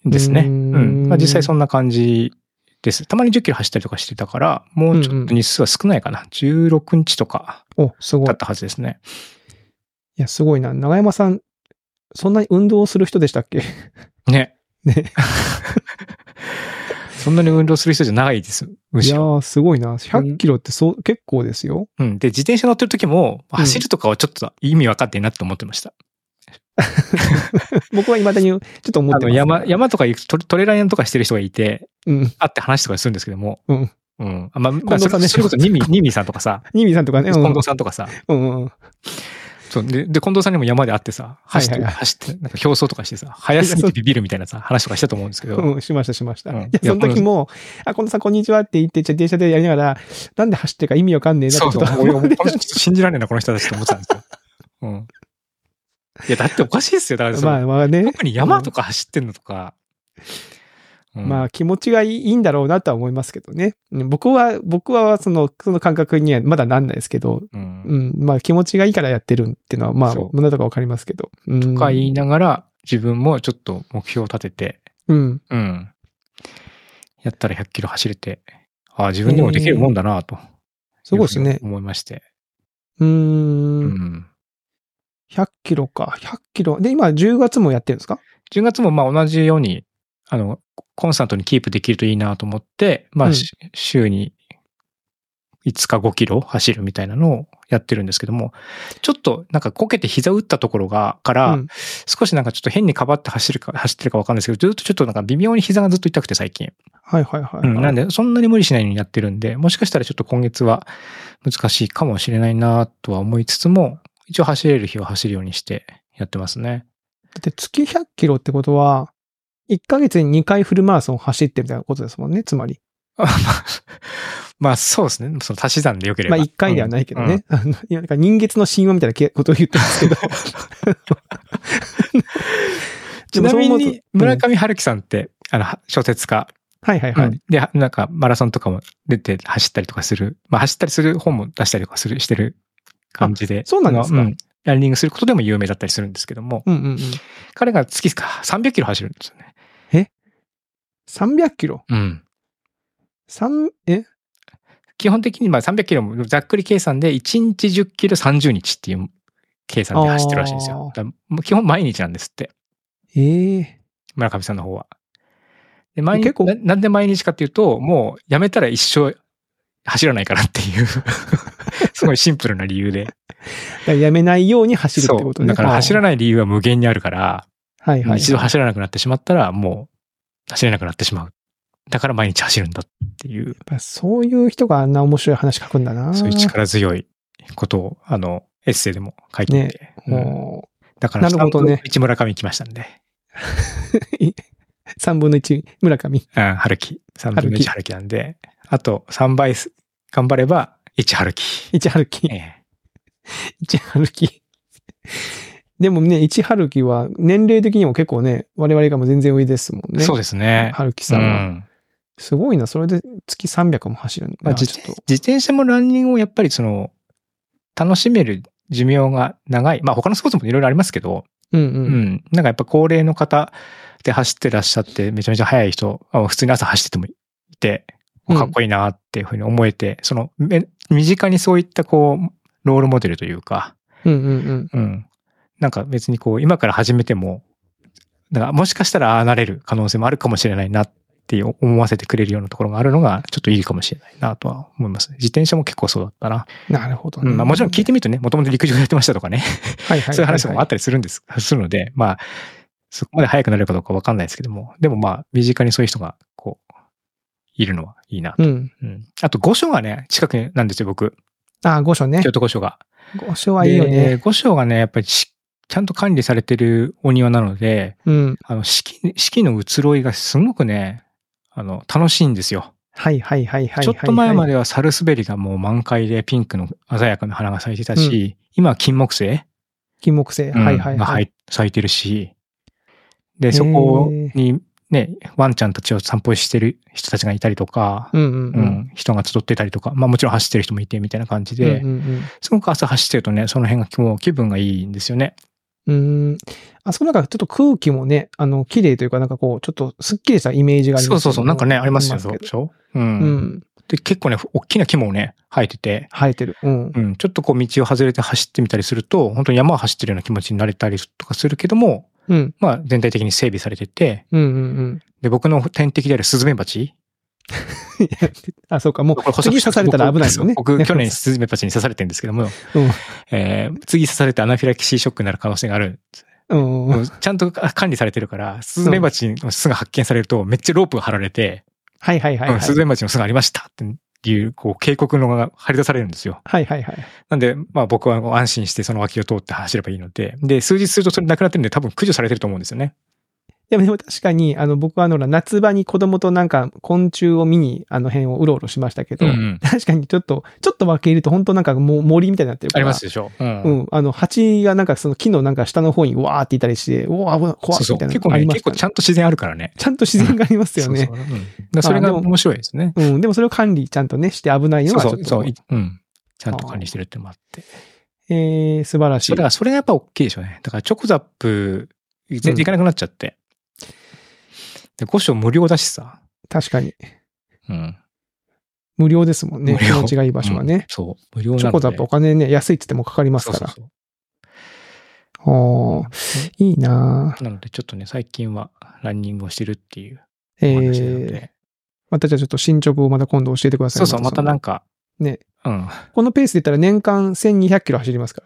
Speaker 1: ですね。
Speaker 2: う
Speaker 1: う
Speaker 2: ーん
Speaker 1: ん。まあ、実際そんな感じです。たまに10キロ走ったりとかしてたから、もうちょっと日数は少ないかな。16日とか
Speaker 2: お、すごい
Speaker 1: だっ。たはずですね。
Speaker 2: いや、すごいな。長山さん、そんなに運動をする人でしたっけ
Speaker 1: ね。
Speaker 2: ね。
Speaker 1: そんなに運動する人じゃないです。む
Speaker 2: い
Speaker 1: し
Speaker 2: や
Speaker 1: ろ。
Speaker 2: ー、すごいな。100キロってそう、結構ですよ。
Speaker 1: うん。で、自転車乗ってる時も、走るとかはちょっと意味分かってんなって思ってました。
Speaker 2: 僕は未だにちょっと思っ
Speaker 1: あ
Speaker 2: て
Speaker 1: の、
Speaker 2: ま
Speaker 1: 山、
Speaker 2: す。
Speaker 1: 山とか行くトレトレランとかしてる人がいて、
Speaker 2: うん。
Speaker 1: 会って話とかするんですけども。
Speaker 2: うん。
Speaker 1: うん。まあ、ま
Speaker 2: 近
Speaker 1: あ、
Speaker 2: 藤
Speaker 1: そ
Speaker 2: さん
Speaker 1: れ
Speaker 2: ね
Speaker 1: それこそニミ、ニミさんとかさ、
Speaker 2: ニミさんとかね。うん
Speaker 1: 近藤さんとかさ、
Speaker 2: うんうん。
Speaker 1: そう。で、で、近藤さんにも山で会ってさ、走って、
Speaker 2: はいはいは
Speaker 1: 走って、なんか表層とかしてさ、速すぎてビビるみたいなさ、話とかしたと思うんですけど、
Speaker 2: うん、しました、しました。
Speaker 1: うん
Speaker 2: いや、
Speaker 1: いや
Speaker 2: その時も、あ、近藤さん、こんにちはって言って、じゃあ電車でやりながら、なんで走ってるか意味わかんねえなって
Speaker 1: そうそう、
Speaker 2: ちょっと
Speaker 1: 俺も
Speaker 2: 思
Speaker 1: こ
Speaker 2: っ
Speaker 1: の人ちょ
Speaker 2: て
Speaker 1: っと信じられないな、この人たちと思ってたんですよ。うん。いや、だっておかしいですよ。だからその、
Speaker 2: まあまあね、
Speaker 1: 特に山とか走ってんのとか、うん
Speaker 2: まあ気持ちがいいんだろうなとは思いますけどね。うん僕は、僕はその、その感覚にはまだなんないですけど、
Speaker 1: うん
Speaker 2: うん、まあ気持ちがいいからやってるっていうのは、まあ、
Speaker 1: そう
Speaker 2: なんとかわかりますけど。うん。
Speaker 1: とか言いながら、自分もちょっと目標を立てて、
Speaker 2: うん。
Speaker 1: うん。やったら100キロ走れて、ああ、自分でもできるもんだなと、
Speaker 2: すごいですね。
Speaker 1: 思いまして。
Speaker 2: うー。
Speaker 1: うんん。
Speaker 2: 100キロか。100キロ。で、今10月もやってるんですか
Speaker 1: 10月もまあ同じように、あの、コンスタントにキープできるといいなと思って、ま
Speaker 2: うん
Speaker 1: あ、し週に5日5キロ走るみたいなのをやってるんですけども、ちょっとなんかこけて膝打ったところが、から、
Speaker 2: うん
Speaker 1: 少しなんかちょっと変にかばって走るか、走ってるかわかんないですけど、ずっとちょっとなんか微妙に膝がずっと痛くて最近。
Speaker 2: はいはいは
Speaker 1: う
Speaker 2: い、
Speaker 1: んなんで、そんなに無理しないようにやってるんで、もしかしたらちょっと今月は難しいかもしれないなとは思いつつも、一応走れる日は走るようにしてやってますね。
Speaker 2: だって月100キロってことは、1ヶ月に2回フルマラソン走ってみたいなことですもんね、つまり。
Speaker 1: あまあ、まあそうですね。その足し算でよけれ
Speaker 2: ま
Speaker 1: ば。
Speaker 2: あ1回ではないけどね。あのい や、なんか人月の神話みたいなことを言ってますけ ど。
Speaker 1: うん。ちなみ
Speaker 2: でもそう思う
Speaker 1: に
Speaker 2: と、
Speaker 1: 村上春樹さんって、あの、は小説家。
Speaker 2: はいはいはい。
Speaker 1: で、はなんかマラソンとかも出て走ったりとかする。まあ走ったりする本も出したりとかする、してる感じで。
Speaker 2: あそうなんですか
Speaker 1: あのうランニングすることでも有名だったりするんですけども、
Speaker 2: うんうんうん。
Speaker 1: 彼が月か300キロ走るんですよね。
Speaker 2: 300キロ
Speaker 1: うん。
Speaker 2: 三え
Speaker 1: 基本的にまあ300キロもざっくり計算で1日10キロ30日っていう計算で走ってるらしいんですよ。
Speaker 2: あ
Speaker 1: だ
Speaker 2: ー
Speaker 1: からもう基本毎日なんですって。
Speaker 2: ええ
Speaker 1: 村上さんの方は。で毎日
Speaker 2: 結構
Speaker 1: ななんで毎日かっていうと、もうやめたら一生走らないからって いう、すごいシンプルな理由で。
Speaker 2: だからやめないように走るってこと
Speaker 1: そう
Speaker 2: ね。
Speaker 1: だから走ら
Speaker 2: ない。
Speaker 1: ない理由は無限にあるから、
Speaker 2: はいはい。
Speaker 1: 一度走らなくなってしまったら、もう走れなくなってしまう。だから毎日走るんだっていう、
Speaker 2: やっぱそういう人があんな面白い話書くんだな。
Speaker 1: そういう力強いことを、あの、エッセイでも書いていて。うん
Speaker 2: も
Speaker 1: だから、
Speaker 2: なるほどね
Speaker 1: 一村上行きましたんで。
Speaker 2: う、3分の1、村上。
Speaker 1: うん、春樹。3分の1春樹なんで。あと、3倍す頑張れば、1春樹。
Speaker 2: 1春樹
Speaker 1: え。え
Speaker 2: 一春樹。でもね、一春樹は年齢的にも結構ね、我々がもう全然上ですもんね。
Speaker 1: そう
Speaker 2: で
Speaker 1: ですね。
Speaker 2: 春樹さん
Speaker 1: う
Speaker 2: は。
Speaker 1: ん
Speaker 2: すごいな、それで月300も走るんだ。
Speaker 1: まあ、自
Speaker 2: ちょっと。
Speaker 1: 自転車もランニングをやっぱりその、楽しめる寿命が長い。まあ他のスポーツもいろいろありますけど、
Speaker 2: うんう。
Speaker 1: うんん。なんかやっぱ高齢の方で走ってらっしゃって、めちゃめちゃ速い人、あ普通に朝走っててもいて、
Speaker 2: うん
Speaker 1: かっこいいなっていうふうに思えて、その、め身近にそういったこう、ロールモデルというか、
Speaker 2: うんうんうん。
Speaker 1: うん。なんか別にこう、今から始めても、だからもしかしたらああなれる可能性もあるかもしれないなって思わせてくれるようなところがあるのが、ちょっといいかもしれないなとは思います。自転車も結構そうだったな。
Speaker 2: なるほど
Speaker 1: う
Speaker 2: ね。
Speaker 1: んまあ、もちろん聞いてみるとね、もともと陸上やってましたとかね、
Speaker 2: はいは。
Speaker 1: そういう話もあったたりするんです、するので、まあ、そこまで速くなれるかどうかわかんないですけども、でもまあ、身近にそういう人が、こう、いるのはいいな。
Speaker 2: うん。
Speaker 1: うん。あと、御所がね、近くなんですよ、僕。
Speaker 2: あ、御所ね
Speaker 1: 京。都御所が。
Speaker 2: 御所はいいよ
Speaker 1: で
Speaker 2: ね。
Speaker 1: 御所がね、やっぱりしちゃんと管理されてるお庭なので、
Speaker 2: うん。
Speaker 1: あの、四季、四季の移ろいがすごくね、あの、楽しいんですよ。
Speaker 2: はいはいはいはい。
Speaker 1: ちょっと前ま
Speaker 2: で。
Speaker 1: ではサルスベリがもう満開でピンクの鮮やかな花が咲いてたし、今は金木犀
Speaker 2: 金木犀。
Speaker 1: うん
Speaker 2: はいはい
Speaker 1: が
Speaker 2: は
Speaker 1: 入
Speaker 2: い。
Speaker 1: っ咲いてるし、で、
Speaker 2: ー
Speaker 1: そこにね、ワンちゃんたちを散歩してる人たちがいたりとか、
Speaker 2: うんうん
Speaker 1: う
Speaker 2: うん。
Speaker 1: ん、人が集ってたりとか、まあもちろん走ってる人もいてみたいな感じで、
Speaker 2: うんうん
Speaker 1: すごく朝走ってるとね、その辺がもう気分がいいんですよね。
Speaker 2: うん。うーん。あそこなんかちょっと空気もね、あの、綺麗というか、なんかこう、ちょっとすっきりしたイメージがあり
Speaker 1: そ
Speaker 2: ま
Speaker 1: う
Speaker 2: す
Speaker 1: そうそう、なんかね、ありますよ、
Speaker 2: け
Speaker 1: そ
Speaker 2: ど
Speaker 1: うでしょ、う、
Speaker 2: うんん。
Speaker 1: で、結構ね、大きな木もね、生えてて、
Speaker 2: 生えてる。うん。
Speaker 1: うん、ちょっとこう道を外れて走ってみたりすると、本当に山を走ってるような気持ちになれたりとかするけども、
Speaker 2: うん。
Speaker 1: まあ全体的に整備されてて、
Speaker 2: うんうんうん。
Speaker 1: で、僕の天敵であるスズメバチ。
Speaker 2: あ、そうか。もう、
Speaker 1: これ
Speaker 2: 次刺されたら危ないですよね。
Speaker 1: 僕、僕去年スズメバチに刺されてるんですけ ども、えー次刺されてアナフィラキシーショックになる可能性がある。
Speaker 2: うん。うん。
Speaker 1: ちゃんと管理されてるから、スズメバチの巣が発見されると、めっちゃロープが張られて、
Speaker 2: はいはいはいは
Speaker 1: う
Speaker 2: い
Speaker 1: ん。スズメバチの巣がありましたっていう、こう、警告のが張り出されるんですよ。
Speaker 2: はいはいはい。
Speaker 1: なんで、まあ僕は安心してその脇を通って走ればいいので、で、数日するとそれなくなってるんで多分駆除されてると思うんですよね。
Speaker 2: でもでも確かに、あの、僕はあの、夏場に子供となんか昆虫を見に、あの辺をうろうろしましたけど、
Speaker 1: ん。
Speaker 2: 確かにちょっと、ちょっと分け入ると本当なんかもう森みたいになって
Speaker 1: あ
Speaker 2: るから。
Speaker 1: りますでしょ。うん
Speaker 2: うん。あの、蜂がなんかその木のなんか下の方にわーっていたりして、うわー、危ない怖
Speaker 1: そ
Speaker 2: いう
Speaker 1: そう。
Speaker 2: みたいな
Speaker 1: 結
Speaker 2: の
Speaker 1: 構
Speaker 2: あ
Speaker 1: ね、
Speaker 2: りま
Speaker 1: 結
Speaker 2: した
Speaker 1: 構
Speaker 2: ね
Speaker 1: ちゃんと自然あるからね。
Speaker 2: ちゃんと自然がありますよね。
Speaker 1: そうそううんだからそれが面白いですね。
Speaker 2: うん。でもそれを管理ちゃんとね、して危ないの
Speaker 1: そうそ
Speaker 2: はちょっ
Speaker 1: う。
Speaker 2: と、
Speaker 1: そういうん。ちゃんと管理してるってのもあって。
Speaker 2: えー、素晴らし
Speaker 1: そう
Speaker 2: い
Speaker 1: だか。らそれがやっぱ大きいでしょうね。だからチョコザップ、全然行かなくなっちゃって。で、5章無料だしさ。
Speaker 2: 確かに。
Speaker 1: うん。
Speaker 2: 無料ですもんね。
Speaker 1: 無
Speaker 2: 気
Speaker 1: 料
Speaker 2: 持ちがいい場所はね。
Speaker 1: そう。無料なので。
Speaker 2: チョコザップお金ね、安いって言ってもかかります
Speaker 1: そ
Speaker 2: か
Speaker 1: う
Speaker 2: ら。
Speaker 1: そうそう。
Speaker 2: おーいいなぁ
Speaker 1: なので、ちょっとね、最近はランニングをしてるっていう
Speaker 2: え
Speaker 1: お話なの
Speaker 2: ー、
Speaker 1: で。
Speaker 2: またじゃあちょっと進捗をまた今度教えてください。
Speaker 1: そうそう、またなん
Speaker 2: か。
Speaker 1: か。
Speaker 2: ね。
Speaker 1: うん。
Speaker 2: このペースで言ったら年間1200キロ走りますか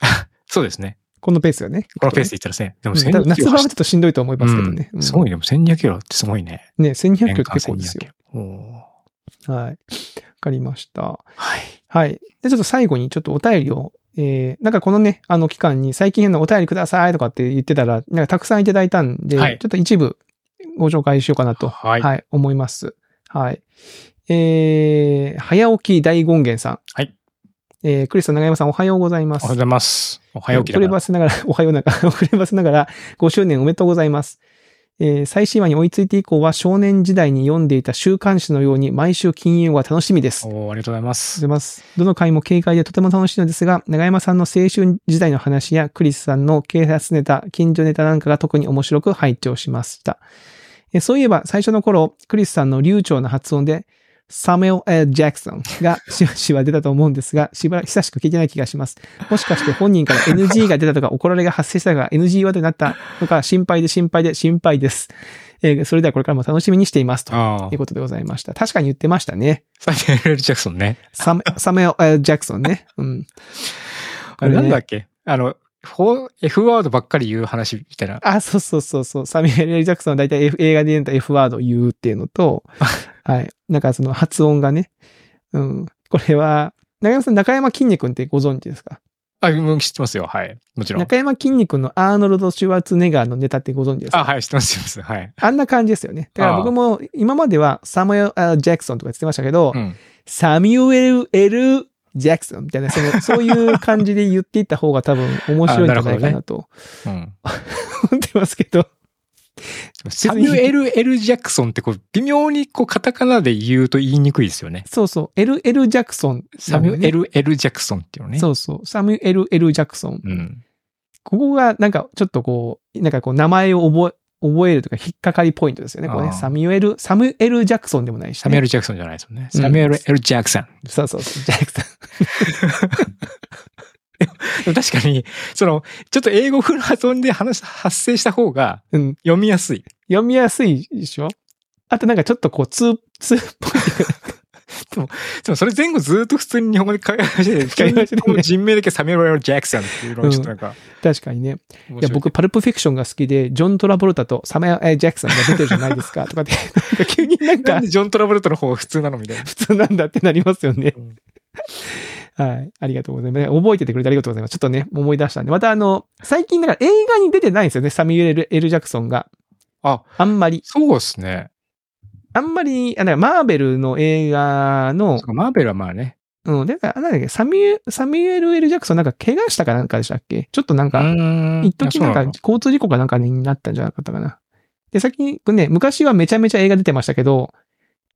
Speaker 2: ら。
Speaker 1: そうですね。
Speaker 2: このペースよね。
Speaker 1: このペースでいったらね。でも
Speaker 2: うん
Speaker 1: 1200
Speaker 2: ただ夏
Speaker 1: キロ
Speaker 2: 場はちょ
Speaker 1: 走
Speaker 2: っとしんどいと思いますけどね。
Speaker 1: う
Speaker 2: うんん
Speaker 1: すごいね。でも1200キロってすごいね。
Speaker 2: ね、1200キロっ
Speaker 1: 年
Speaker 2: て
Speaker 1: 間
Speaker 2: 結構ですよ。
Speaker 1: 1200キロおー
Speaker 2: はい。わかりました。
Speaker 1: はい。
Speaker 2: はい。で、ちょっと最後にちょっとお便りを、えー、なんかこのね、あの期間に最近へのお便りくださいとかって言ってたら、なんかたくさんいただいたんで、
Speaker 1: はい
Speaker 2: ちょっと一部ご紹介しようかなと、
Speaker 1: はい
Speaker 2: 思います。はい。えー、早起き大権現さん。
Speaker 1: はい。
Speaker 2: えー、クリスさん、長山さん、おはようございま
Speaker 1: おはよ
Speaker 2: す
Speaker 1: うご。ざいます。お早起きだ
Speaker 2: 遅れ
Speaker 1: な。
Speaker 2: ばせながら、 おはようながら、遅ればせながら、5周年おめでとうございます。えー最新話に追いついて以降は少年時代に読んでいた週刊誌のように毎週金曜が楽しみです。ありがとう
Speaker 1: おーありがとうございま
Speaker 2: ご
Speaker 1: す。
Speaker 2: ざいます。どの回も軽快でとても楽しいのですが、長山さんの青春時代の話やクリスさんの警察ネタ、近所ネタなんかが特に面白く拝聴しました。えーそういえば最初の頃、クリスさんの流暢な発音で、サメオ・エル・ジャクソンが しばしば出たと思うんですが、しばらく久しく聞いてない気がします。もしかして本人から NG が出たとか怒られが発生したとか NG ワードになったのか心配で心配で心配です。えーそれではこれからも楽しみにしています。と
Speaker 1: ああ
Speaker 2: いう。ことでございました。確かに言ってましたね。
Speaker 1: サミュエル・ジャクソンね。
Speaker 2: サムサムエル・えージャクソンね。うん。
Speaker 1: あれなんだっけあの、フォー F ワードばっかり言う話みたいな。
Speaker 2: あ、そうそうそうそう。サミュエル・ L ジャクソンは大体 F 映画で言うと F ワードを言うっていう のと、はい。なんかその発音がね。うん。これは、中山さん、中山きんに君ってご存知ですか
Speaker 1: あ、うん知ってますよ。はい。もちろん。
Speaker 2: 中山きんに君のアーノルド・シュワルツェネガーのネタってご存知ですか
Speaker 1: あ、はい、知ってます、知ってます。はい。
Speaker 2: あんな感じですよね。だから僕も今まではサムエル・あジャクソンとか言ってましたけど、
Speaker 1: うん。
Speaker 2: サミュエル・ L ・ジャクソンみたいな、その、そういう感じで言っていった方が多分面白いんじゃないかなと
Speaker 1: うん。
Speaker 2: 思ってますけど、
Speaker 1: サミュエル・ L ・ジャクソンってこう、微妙にこう、カタカナで言うと言いにくいですよね。
Speaker 2: そうそう、L ・エル・ジャクソン、
Speaker 1: サミュエ
Speaker 2: ル、
Speaker 1: ル・ L ・ジャクソンっていうのね。
Speaker 2: そうそう、サミュエル・ L ・ジャクソン。
Speaker 1: うん。
Speaker 2: ここがなんかちょっとこう、なんかこう名前を覚え、覚えるとか引っかかりポイントですよね。こう
Speaker 1: あ
Speaker 2: ね、
Speaker 1: ー
Speaker 2: サミュエル、サムエル・ジャクソンでもないし、ね。
Speaker 1: サミュエル・ジャクソンじゃないですもんね。
Speaker 2: うん
Speaker 1: サミュエル・ L ・ジャクソン。
Speaker 2: そうそうそう、ジャクソン。
Speaker 1: でも確かに、その、ちょっと英語風の発音で話し、発生した方が
Speaker 2: うん、
Speaker 1: 読みやすい。
Speaker 2: 読みやすいでしょあとなんかちょっとこう、ツー、ツーっぽい。
Speaker 1: でも、でもそれ前後ずっと普通に日本語で会話してて、
Speaker 2: 会話しててね
Speaker 1: 急に人名だけサミュエル・ジャクソンっていうのがちょっとなんか、
Speaker 2: 確かにね。
Speaker 1: 面白
Speaker 2: いや、僕、パルプフィクションが好きで、ジョン・トラボルタとサメア・ジャクソンが出てるじゃないですか、とかって、なんか急になん
Speaker 1: な
Speaker 2: か
Speaker 1: んでジョン・トラボルトの方が普通なのみたいな。
Speaker 2: 普通なんだってなりますよね
Speaker 1: うん。
Speaker 2: はい。ありがとうございます。覚えててくれてありがとうございます。ちょっとね、思い出したんで。またあの、最近だから映画に出てないんですよね、サミュエル・ L ・ジャクソンが。
Speaker 1: あ、
Speaker 2: あんまり。
Speaker 1: そうですね。
Speaker 2: あんまり、あなんかマーベルの映画
Speaker 1: そ
Speaker 2: の
Speaker 1: う、かマーベルはまあね。
Speaker 2: うん、なんか、なんだっけ、サミュエル、サミュエル・ L ・ジャクソンなんか怪我したかなんかでしたっけちょっとなんか、
Speaker 1: 一
Speaker 2: 一時なんか交通事故かなんかになったんじゃなかったかな。で、先にね、昔はめちゃめちゃ映画出てましたけど、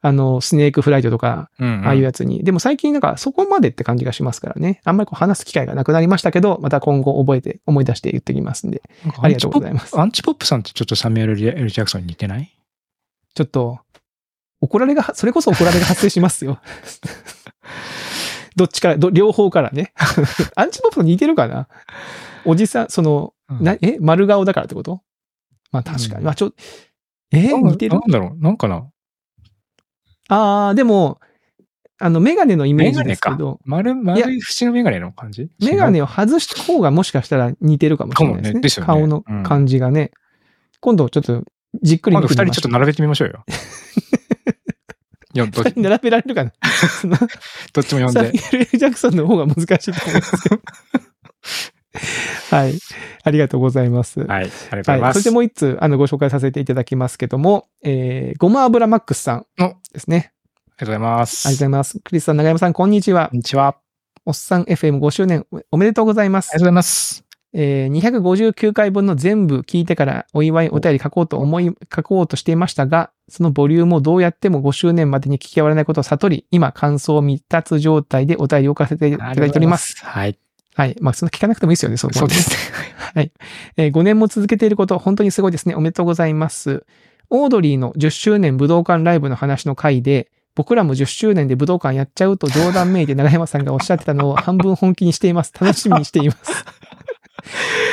Speaker 2: あの、スネークフライトとか、
Speaker 1: うん、
Speaker 2: ああいうやつに。でも最近なんかそこまでって感じがしますからね。あんまりこう話す機会がなくなりましたけど、また今後覚えて、思い出して言ってきますんで。ありがとうござい
Speaker 1: ま
Speaker 2: ます。
Speaker 1: アンチポップさんってちょっとサミュエル・ L ・ジャクソンに似てない
Speaker 2: ちょっと、怒られが、それこそ怒られが発生しますよ。 どっちから、ど両方からね。 アンチポップと似てるかなおじさん、その、な、え丸顔だからってことまあ確かに。
Speaker 1: うん
Speaker 2: まあちょ、え
Speaker 1: なん
Speaker 2: 似て
Speaker 1: な
Speaker 2: る
Speaker 1: んだろうなんかな
Speaker 2: ああ、でも、あの、メガネのイメ
Speaker 1: メ
Speaker 2: ー
Speaker 1: ガ
Speaker 2: ジ
Speaker 1: ネ
Speaker 2: ですけ
Speaker 1: か
Speaker 2: ど。、
Speaker 1: 丸、丸い縁のメガネの感じ
Speaker 2: メガ
Speaker 1: 違う
Speaker 2: ネを外した方がもしかしたら似てるかもしれないです
Speaker 1: かもね
Speaker 2: ね。
Speaker 1: ですよね
Speaker 2: 顔の
Speaker 1: うん
Speaker 2: 感じがね。今度ちょっと、じっくり
Speaker 1: 今
Speaker 2: 見
Speaker 1: 度
Speaker 2: て
Speaker 1: 二人ち
Speaker 2: みま
Speaker 1: ょ
Speaker 2: し
Speaker 1: っと並べてみましょう よ。いやど
Speaker 2: ょう。並べられるかな。その
Speaker 1: どっちも呼ん
Speaker 2: サミ
Speaker 1: で。
Speaker 2: ュエル・ L ジャクソンの方が難しいと思うんですけ ど。はい。ありがとうございます。
Speaker 1: はい、ありがとうございま
Speaker 2: そし
Speaker 1: す。
Speaker 2: てもう一つ、あの、ご紹介させていただきますけども、えー、ごま油マックスさん
Speaker 1: お
Speaker 2: ですね。
Speaker 1: ありがとうございます。
Speaker 2: ありがとうございます。クリスさん、長山さん、こんにちは
Speaker 1: こ。んにちは。あ
Speaker 2: おっさん FM5 周年おおめでとうございます
Speaker 1: りがとう。ございます。
Speaker 2: えー259回分の全部聞いてからお祝いお便り書こうと思い、書こうとしていましたが、そのボリュームをどうやっても5周年までに聞き終わらないことを悟り、今感想を未達状態でお便りを置かせていただいております。
Speaker 1: す。はい。
Speaker 2: はい。まあ、その聞かなくてもいいですよね、そこは
Speaker 1: そう
Speaker 2: ね
Speaker 1: ですね。
Speaker 2: えー5年も続けていること、本当にすごいですね。おめでとうございます。オードリーの10周年武道館ライブの話の回で、僕らも10周年で武道館やっちゃうと冗談めいて長山さんがおっしゃってたのを半分本気にしています。楽しみにして います。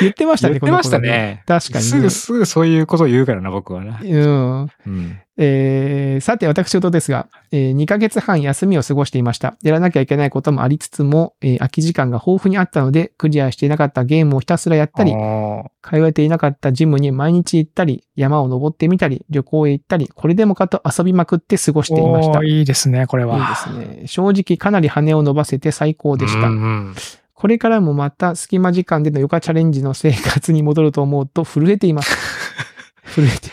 Speaker 2: 言ってました
Speaker 1: 言
Speaker 2: ね、
Speaker 1: って
Speaker 2: この
Speaker 1: まし
Speaker 2: 頃
Speaker 1: た。ね。
Speaker 2: 確かにね
Speaker 1: すぐ、すぐそういうことを言うからな、僕はな。
Speaker 2: うん。
Speaker 1: うん。
Speaker 2: えーさて、私事ですが、え2ヶ月半休みを過ごしていました。やらなきゃいけないこともありつつも、えー空き時間が豊富にあったので、クリアしていなかったゲームをひたすらやったり
Speaker 1: あ、ー
Speaker 2: 通えていなかったジムに毎日行ったり、山を登ってみたり、旅行へ行ったり、これでもかと遊びまくって過ごしていました。
Speaker 1: おー
Speaker 2: いい
Speaker 1: いいですね、これは。
Speaker 2: ですね。正直かなり羽を伸ばせて最高でした。
Speaker 1: うんうん
Speaker 2: これからもまた隙間時間でのヨガチャレンジの生活に戻ると思うと震えてい ます。震えて。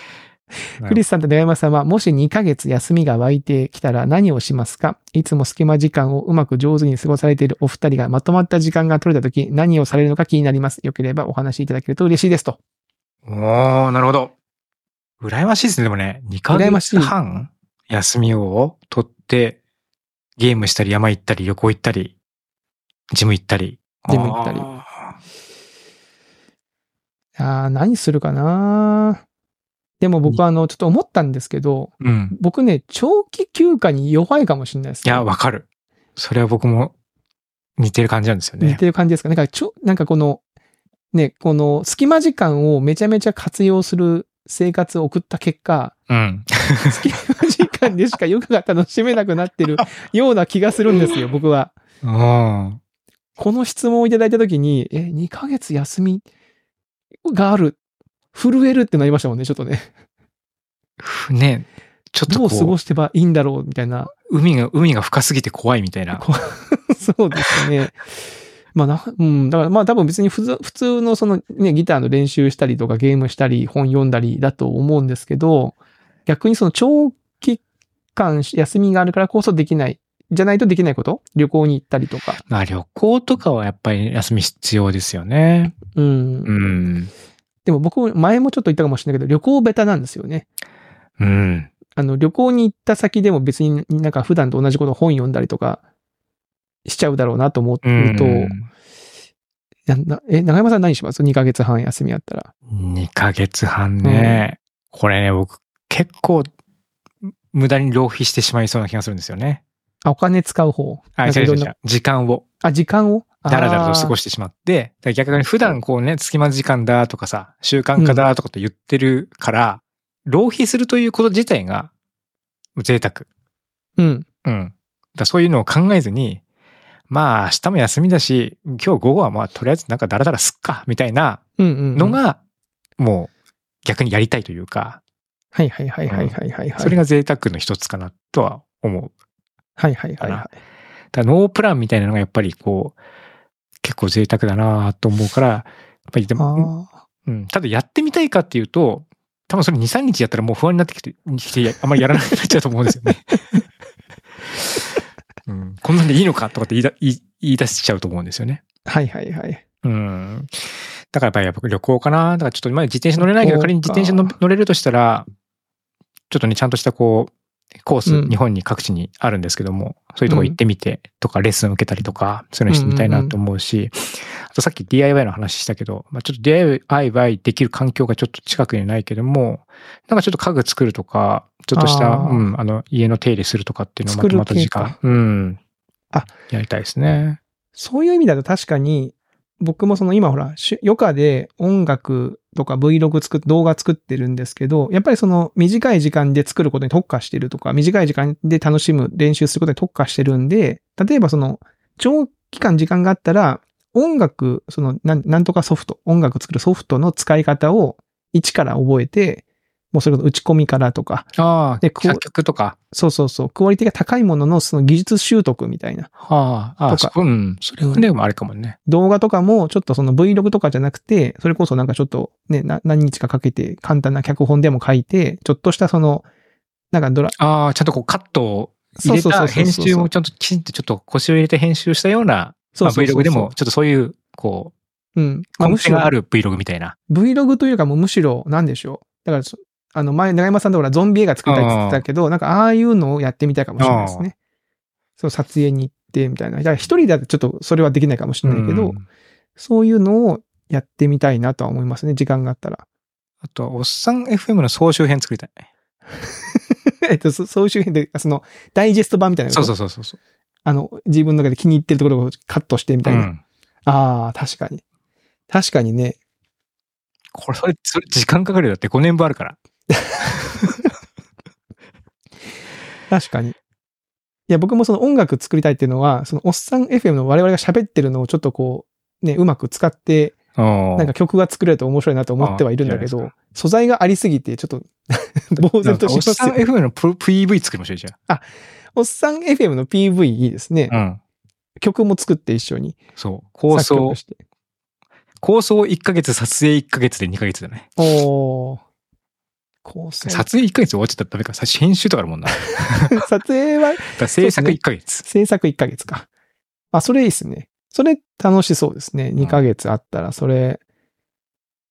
Speaker 2: クリスさんと長山さんは、もし2ヶ月休みが湧いてきたら何をしますかいつも隙間時間をうまく上手に過ごされているお二人がまとまった時間が取れた時、何をされるのか気になります。よければお話しいただけると嬉しいですと。
Speaker 1: おー、なるほど。羨ましいですね、でもね。2ヶ
Speaker 2: 羨まし
Speaker 1: 月
Speaker 2: い
Speaker 1: 半休みを取って、ゲームしたり、山行ったり、旅行行ったり、ジム行ったり。
Speaker 2: ジム行ったり
Speaker 1: あ
Speaker 2: あー何するかなでも僕あの、ちょっと思ったんですけど、
Speaker 1: ー。うん。
Speaker 2: 僕ね、長期休暇に弱いかもしれないです、
Speaker 1: い
Speaker 2: ね。
Speaker 1: や、わかる。それは僕も似てる感じなんですよ
Speaker 2: 似
Speaker 1: ね。
Speaker 2: てる感じですかなんか、ちょ、なんかこの、ね、この隙間時間をめちゃめちゃ活用する生活を送った結果、
Speaker 1: うん。
Speaker 2: 隙間時間でしかヨガが楽しめなくなってるような気がする んですよ、僕は。
Speaker 1: うん。
Speaker 2: この質問をいただいたときに、え、2ヶ月休みがある。震えるってなりましたもんね、ちょっとね。
Speaker 1: ふね、ちょっと
Speaker 2: どう過
Speaker 1: こ
Speaker 2: ごしてばいいんだろう、みたいな。
Speaker 1: う、海が、海が深すぎて怖いみたいな。
Speaker 2: こ そうですね。まあな、うん、だからまあ多分別に普通普通のそのね、ギターの練習したりとかゲームしたり本読んだりだと思うんですけど、逆にその長期間休みがあるからこそできない、じゃないとできないこと旅行に行ったりとか。
Speaker 1: まあ旅行とかはやっぱり休み必要ですよね。
Speaker 2: うん。
Speaker 1: うん。
Speaker 2: でも僕、前もちょっと言ったかもしれないけど、旅行ベタなんですよね。
Speaker 1: うん。
Speaker 2: あの、旅行に行った先でも別になんか普段と同じこと本読んだりとかしちゃうだろうなと思う
Speaker 1: う
Speaker 2: と、
Speaker 1: ん。
Speaker 2: ななえ、長山さん何します ?2 ヶ月半休みやったら。
Speaker 1: 2ヶ月半ね。これね、僕、結構、無駄に浪費してしまいそうな気がするんですよね。
Speaker 2: あ、お金使う方。
Speaker 1: あ、
Speaker 2: なんか
Speaker 1: 違う
Speaker 2: い
Speaker 1: 違う
Speaker 2: ろ
Speaker 1: ん違
Speaker 2: な
Speaker 1: う。時間を、
Speaker 2: あ、時間を
Speaker 1: だらだらと過ご
Speaker 2: し
Speaker 1: してしまって、だから逆に普段こうね、隙間時間だとかさ、習慣化だとかって言ってるから、浪費するということ自体が、贅沢。
Speaker 2: うん。
Speaker 1: うん。だそういうのを考えずに、まあ明日も休みだし、今日午後はまあとりあえずなんかダラダラすっか、みたいな
Speaker 2: うんうんうん。
Speaker 1: のが、もう逆にやりたいというか、
Speaker 2: はいはいはいはいはいはいはい。
Speaker 1: それが贅沢の一つかなとは思う。
Speaker 2: はいはいはいは
Speaker 1: だからノープランみたいなのがやっぱりこう、結構贅沢だなと思うから、やっぱりで
Speaker 2: い。
Speaker 1: も、
Speaker 2: ああ。
Speaker 1: うん、ただやってみたいかっていうと、多分それ2、3日やったらもう不安になってきて、きてあんまりやらなくなっちゃうと思うんですよね。うん、こんなんでいいのかとかって言いだ言い言い出しちゃうと思うんですよね。
Speaker 2: はいはいはい。
Speaker 1: うん。だからやっぱり旅行かな。だからちょっと今自転車乗れないけど、
Speaker 2: 旅行か
Speaker 1: 仮に自転車の乗れるとしたら、ちょっとね、ちゃんとしたこう、コース、
Speaker 2: うん
Speaker 1: 日本に各地にあるんですけども、そういうとこ行ってみてとか、レッスン受けたりとか、そういうのしてみたいなと思うし、あとさっき DIY の話したけど、まあ、ちょっと DIY できる環境がちょっと近くにないけども、なんかちょっと家具作るとか、ちょっとした、
Speaker 2: あー
Speaker 1: うん、あの、家の手入れするとかっていうのをま
Speaker 2: 作
Speaker 1: た
Speaker 2: る
Speaker 1: また時
Speaker 2: 系
Speaker 1: 間
Speaker 2: か、
Speaker 1: うん。
Speaker 2: あ
Speaker 1: やりたいですね。
Speaker 2: そういう意味だと確かに、僕もその今ほら、し余暇で音楽とか Vlog 作っ、動画作ってるんですけど、やっぱりその短い時間で作ることに特化してるとか、短い時間で楽しむ、練習することに特化してるんで、例えばその、長期間時間があったら、音楽、その、なん、なんとかソフト、音楽作るソフトの使い方を一から覚えて、もうそれこそ打ち込みからとか、
Speaker 1: あ
Speaker 2: で
Speaker 1: あ、
Speaker 2: こう
Speaker 1: 作曲とか。
Speaker 2: そうそうそう、クオリティが高いもののその技術習得みたいな。
Speaker 1: はあ、あ
Speaker 2: と
Speaker 1: あ、
Speaker 2: か
Speaker 1: そうん。それはね、あれかもね。
Speaker 2: 動画とかも、ちょっとその Vlog とかじゃなくて、それこそなんかちょっとね、な何日かかけて簡単な脚本でも書いて、ちょっとしたその、なんかドラ、
Speaker 1: ああ、ちゃんとこうカットを入れた編集もちゃんときちんとちょっと腰を入れて編集したような、
Speaker 2: そ
Speaker 1: まあ、
Speaker 2: うそうそうそう
Speaker 1: Vlog でも、、ちょっとそういう、こ
Speaker 2: うん。
Speaker 1: う、
Speaker 2: まあ
Speaker 1: 根
Speaker 2: むし
Speaker 1: 底
Speaker 2: ろ
Speaker 1: がある Vlog みたいな。
Speaker 2: Vlog というかもうむしろ、なんでしょう。だからそ、あの、前、長山さんとほら、ゾンビ映画作りたいって言ってたけど、なんか、ああいうのをやってみたいかもしれないですね。そう、撮影に行って、みたいな。だから、一人だとちょっと、それはできないかもしれないけど、
Speaker 1: うん
Speaker 2: そういうのをやってみたいなとは思いますね、時間があったら。
Speaker 1: あとは、おっさん FM の総集編作りたい。
Speaker 2: えっと、そ総集編で、その、ダイジェスト版みたいなこと。
Speaker 1: そうそうそうそうそう。
Speaker 2: あの、自分の中で気に入ってるところをカットしてみた
Speaker 1: う
Speaker 2: いな。
Speaker 1: ん。
Speaker 2: ああ、確かに。確かにね。
Speaker 1: これ、それ、それ時間かかるよ。だって5年分あるから。
Speaker 2: 確かに。いや、僕もその音楽作りたいっていうのは、そのおっさん FM の我々が喋ってるのをちょっとこう、ね、うまく使って、
Speaker 1: な
Speaker 2: なんか曲が作れると面白いなと思ってはいるんだけ
Speaker 1: あいい
Speaker 2: ど
Speaker 1: じ、
Speaker 2: 素材がありすぎて、ちょっと、 呆然とし
Speaker 1: おっ
Speaker 2: ます
Speaker 1: さん
Speaker 2: よ。
Speaker 1: FM のプ PV 作りましょう、じゃ
Speaker 2: おっさん FM の PV いいですね。
Speaker 1: あ。うん。
Speaker 2: 曲も作って一緒に。
Speaker 1: そう。構
Speaker 2: 作
Speaker 1: 想
Speaker 2: 曲、して。
Speaker 1: 構想1ヶ月、撮影1ヶ月で2ヶ月だね。
Speaker 2: おー。構想。撮
Speaker 1: 撮影1ヶ月終わっちゃったらダメか。最初編集とかあるもんな。だか
Speaker 2: 影は
Speaker 1: ら制
Speaker 2: そう
Speaker 1: 作
Speaker 2: ですね
Speaker 1: 1ヶ月。
Speaker 2: 制作1ヶ月か。あ、それいいですね。それ楽しそうですね。2ヶ月あったら、それ。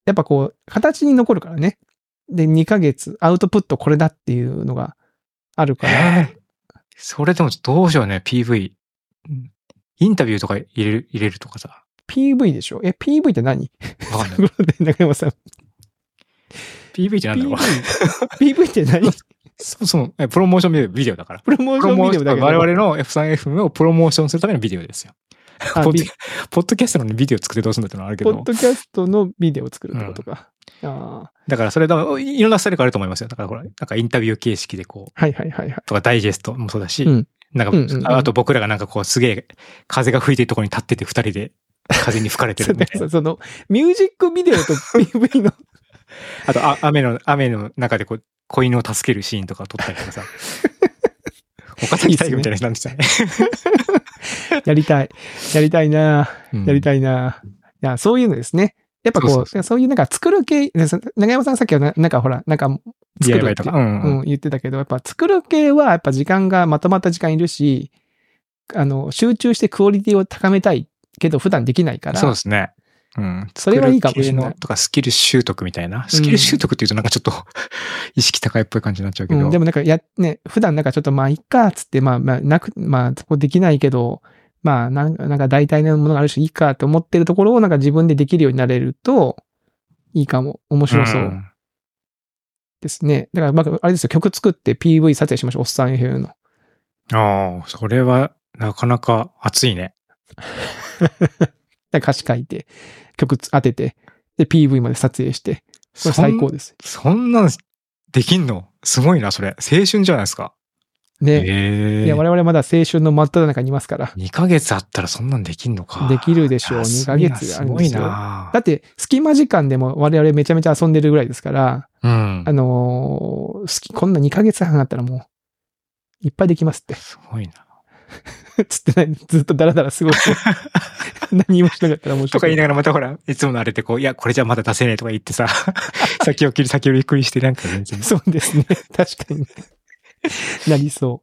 Speaker 2: やっぱこう、形に残るからね。で、2ヶ月、アウトプットこれだっていうのがあるから。
Speaker 1: えーそれでもどうしようね、PV。インタビューとか入れる、入れるとかさ。
Speaker 2: PV でしょえ、PV って何
Speaker 1: わかんない
Speaker 2: と。ころで、中山さん。
Speaker 1: PV ってなんだろう
Speaker 2: PV。PV って 何
Speaker 1: そもそも、えプロモーションビデオだから。
Speaker 2: プロモー
Speaker 1: プ
Speaker 2: シ
Speaker 1: ロ
Speaker 2: ョンビ
Speaker 1: モーショ
Speaker 2: デオ
Speaker 1: ン、
Speaker 2: だけど。
Speaker 1: 我々の F3FM をプロモーションするためのビデオですよ。ポッ
Speaker 2: あ
Speaker 1: ド
Speaker 2: ビ
Speaker 1: ポッドキャストのビデオ作ってどうするんだってのはあるけ
Speaker 2: ポ
Speaker 1: ど
Speaker 2: ッ。ドキャストのビデオを作るってことか。ああ。
Speaker 1: だからそれだ、いろんなスタイルがあると思いますよ。だからほら、なんかインタビュー形式でこう、
Speaker 2: はいはいはいはい。
Speaker 1: とかダイジェストもそうだし、
Speaker 2: うん
Speaker 1: なんか、
Speaker 2: うんうんうん
Speaker 1: あと僕らがなんかこうすげえ風が吹いてるところに立ってて二人で風に吹かれて
Speaker 2: そ
Speaker 1: る
Speaker 2: う
Speaker 1: み
Speaker 2: だ
Speaker 1: た
Speaker 2: か
Speaker 1: いな
Speaker 2: ら その、ミュージックビデオと PV の
Speaker 1: あとあ雨の、雨の中でこう、子犬を助けるシーンとかを撮ったりとか さ。岡崎体育みたいな人なんですよね。
Speaker 2: やりたい。やりたいな
Speaker 1: うん
Speaker 2: やりたいな、いや、そういうのですね。やっぱこう、そ
Speaker 1: そうう
Speaker 2: いうなんか作る系、ねそ長山さんさっきはななんかほら、なんか作る
Speaker 1: DIY
Speaker 2: って
Speaker 1: と、か。うんう
Speaker 2: うんん、言ってたけど、やっぱ作る系はやっぱ時間がまとまった時間いるし、あの、集中してクオリティを高めたいけど普段できないから、
Speaker 1: そうですね。うん。
Speaker 2: それはいいかもしれない
Speaker 1: 作る系のとかスキル習得みたいな。スキル習得っていうとなんかちょっと 意識高いっぽい感じになっちゃうけ
Speaker 2: う
Speaker 1: ど。
Speaker 2: ん、でもなんかや、ね、普段なんかちょっとまあいっか、つって、まあまあ、なく、まあ、そこできないけど、まあ、なんなんか大体のものがあるし、いいかと思ってるところをなんか自分でできるようになれると、いいかも。面白そう。
Speaker 1: ん
Speaker 2: ですね。だから、まあ、あれですよ、曲作って PV 撮影しましょう、おっさん FM の。
Speaker 1: ああ、それはなかなか熱いね。
Speaker 2: だから歌詞書いて、曲つ当てて、で、PV まで撮影して、これ最高です。
Speaker 1: そんなんできんのすごいな、それ。青春じゃないですか。
Speaker 2: ね。
Speaker 1: え
Speaker 2: いや、我々まだ青春の真っ只中にいますから。
Speaker 1: 2ヶ月あったらそんなんできんのか。
Speaker 2: できるでしょう
Speaker 1: あ
Speaker 2: 二ヶ月あ
Speaker 1: す
Speaker 2: るん
Speaker 1: ご
Speaker 2: で
Speaker 1: い
Speaker 2: すよ
Speaker 1: な
Speaker 2: だって、隙間時間でも我々めちゃめちゃ遊んでるぐらいですから、
Speaker 1: うん
Speaker 2: あ。のー好き、こんな2ヶ月半あったらもう、いっぱいできますって。
Speaker 1: すごいな。
Speaker 2: つってない、ずっとダラダラ過 ごして、何もしなかったら面
Speaker 1: と
Speaker 2: 白い。
Speaker 1: か言いながらまたほら、いつものあれでこう、いや、これじゃまだ出せねえとか言って さ、先を切り先をゆっくりしてなんか全然。
Speaker 2: そうですね。確かに。なりそ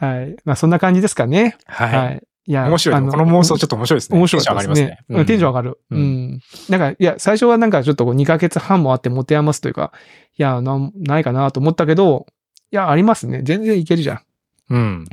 Speaker 2: う。はい。まあ、そんな感じですかね。は。
Speaker 1: はい
Speaker 2: いや
Speaker 1: い。面白い
Speaker 2: あ
Speaker 1: ね。この妄想ちょっと面白いですね。
Speaker 2: 面白い
Speaker 1: テンション上がりますね。
Speaker 2: うんテンション上
Speaker 1: が
Speaker 2: がる。う。
Speaker 1: うんん
Speaker 2: なんか、いや、最初はなんかちょっとこう2ヶ月半もあって持て余すというか、いや、なんないかなと思ったけど、いや、ありますね。全然いけるじゃん。
Speaker 1: る。うん。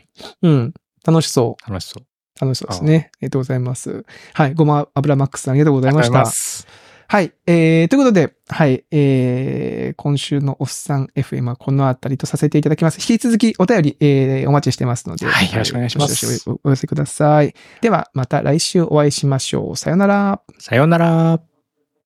Speaker 2: うん。楽しそ
Speaker 1: 楽しそう。
Speaker 2: う。楽しそうですね。ありがとうございます。はい。ごま油マックスさんありがとうございまし
Speaker 1: ありがとうござい
Speaker 2: た
Speaker 1: ま。す。
Speaker 2: はい。えー、ということで、はい。えー、今週のおっさん FM はこのあたりとさせていただきます。引き続きお便り、えー、お待ちしてますので。
Speaker 1: はいよろしくお願いします
Speaker 2: どどどお寄せください。では、また来週お会いしましょう。さよなら。
Speaker 1: さようなら。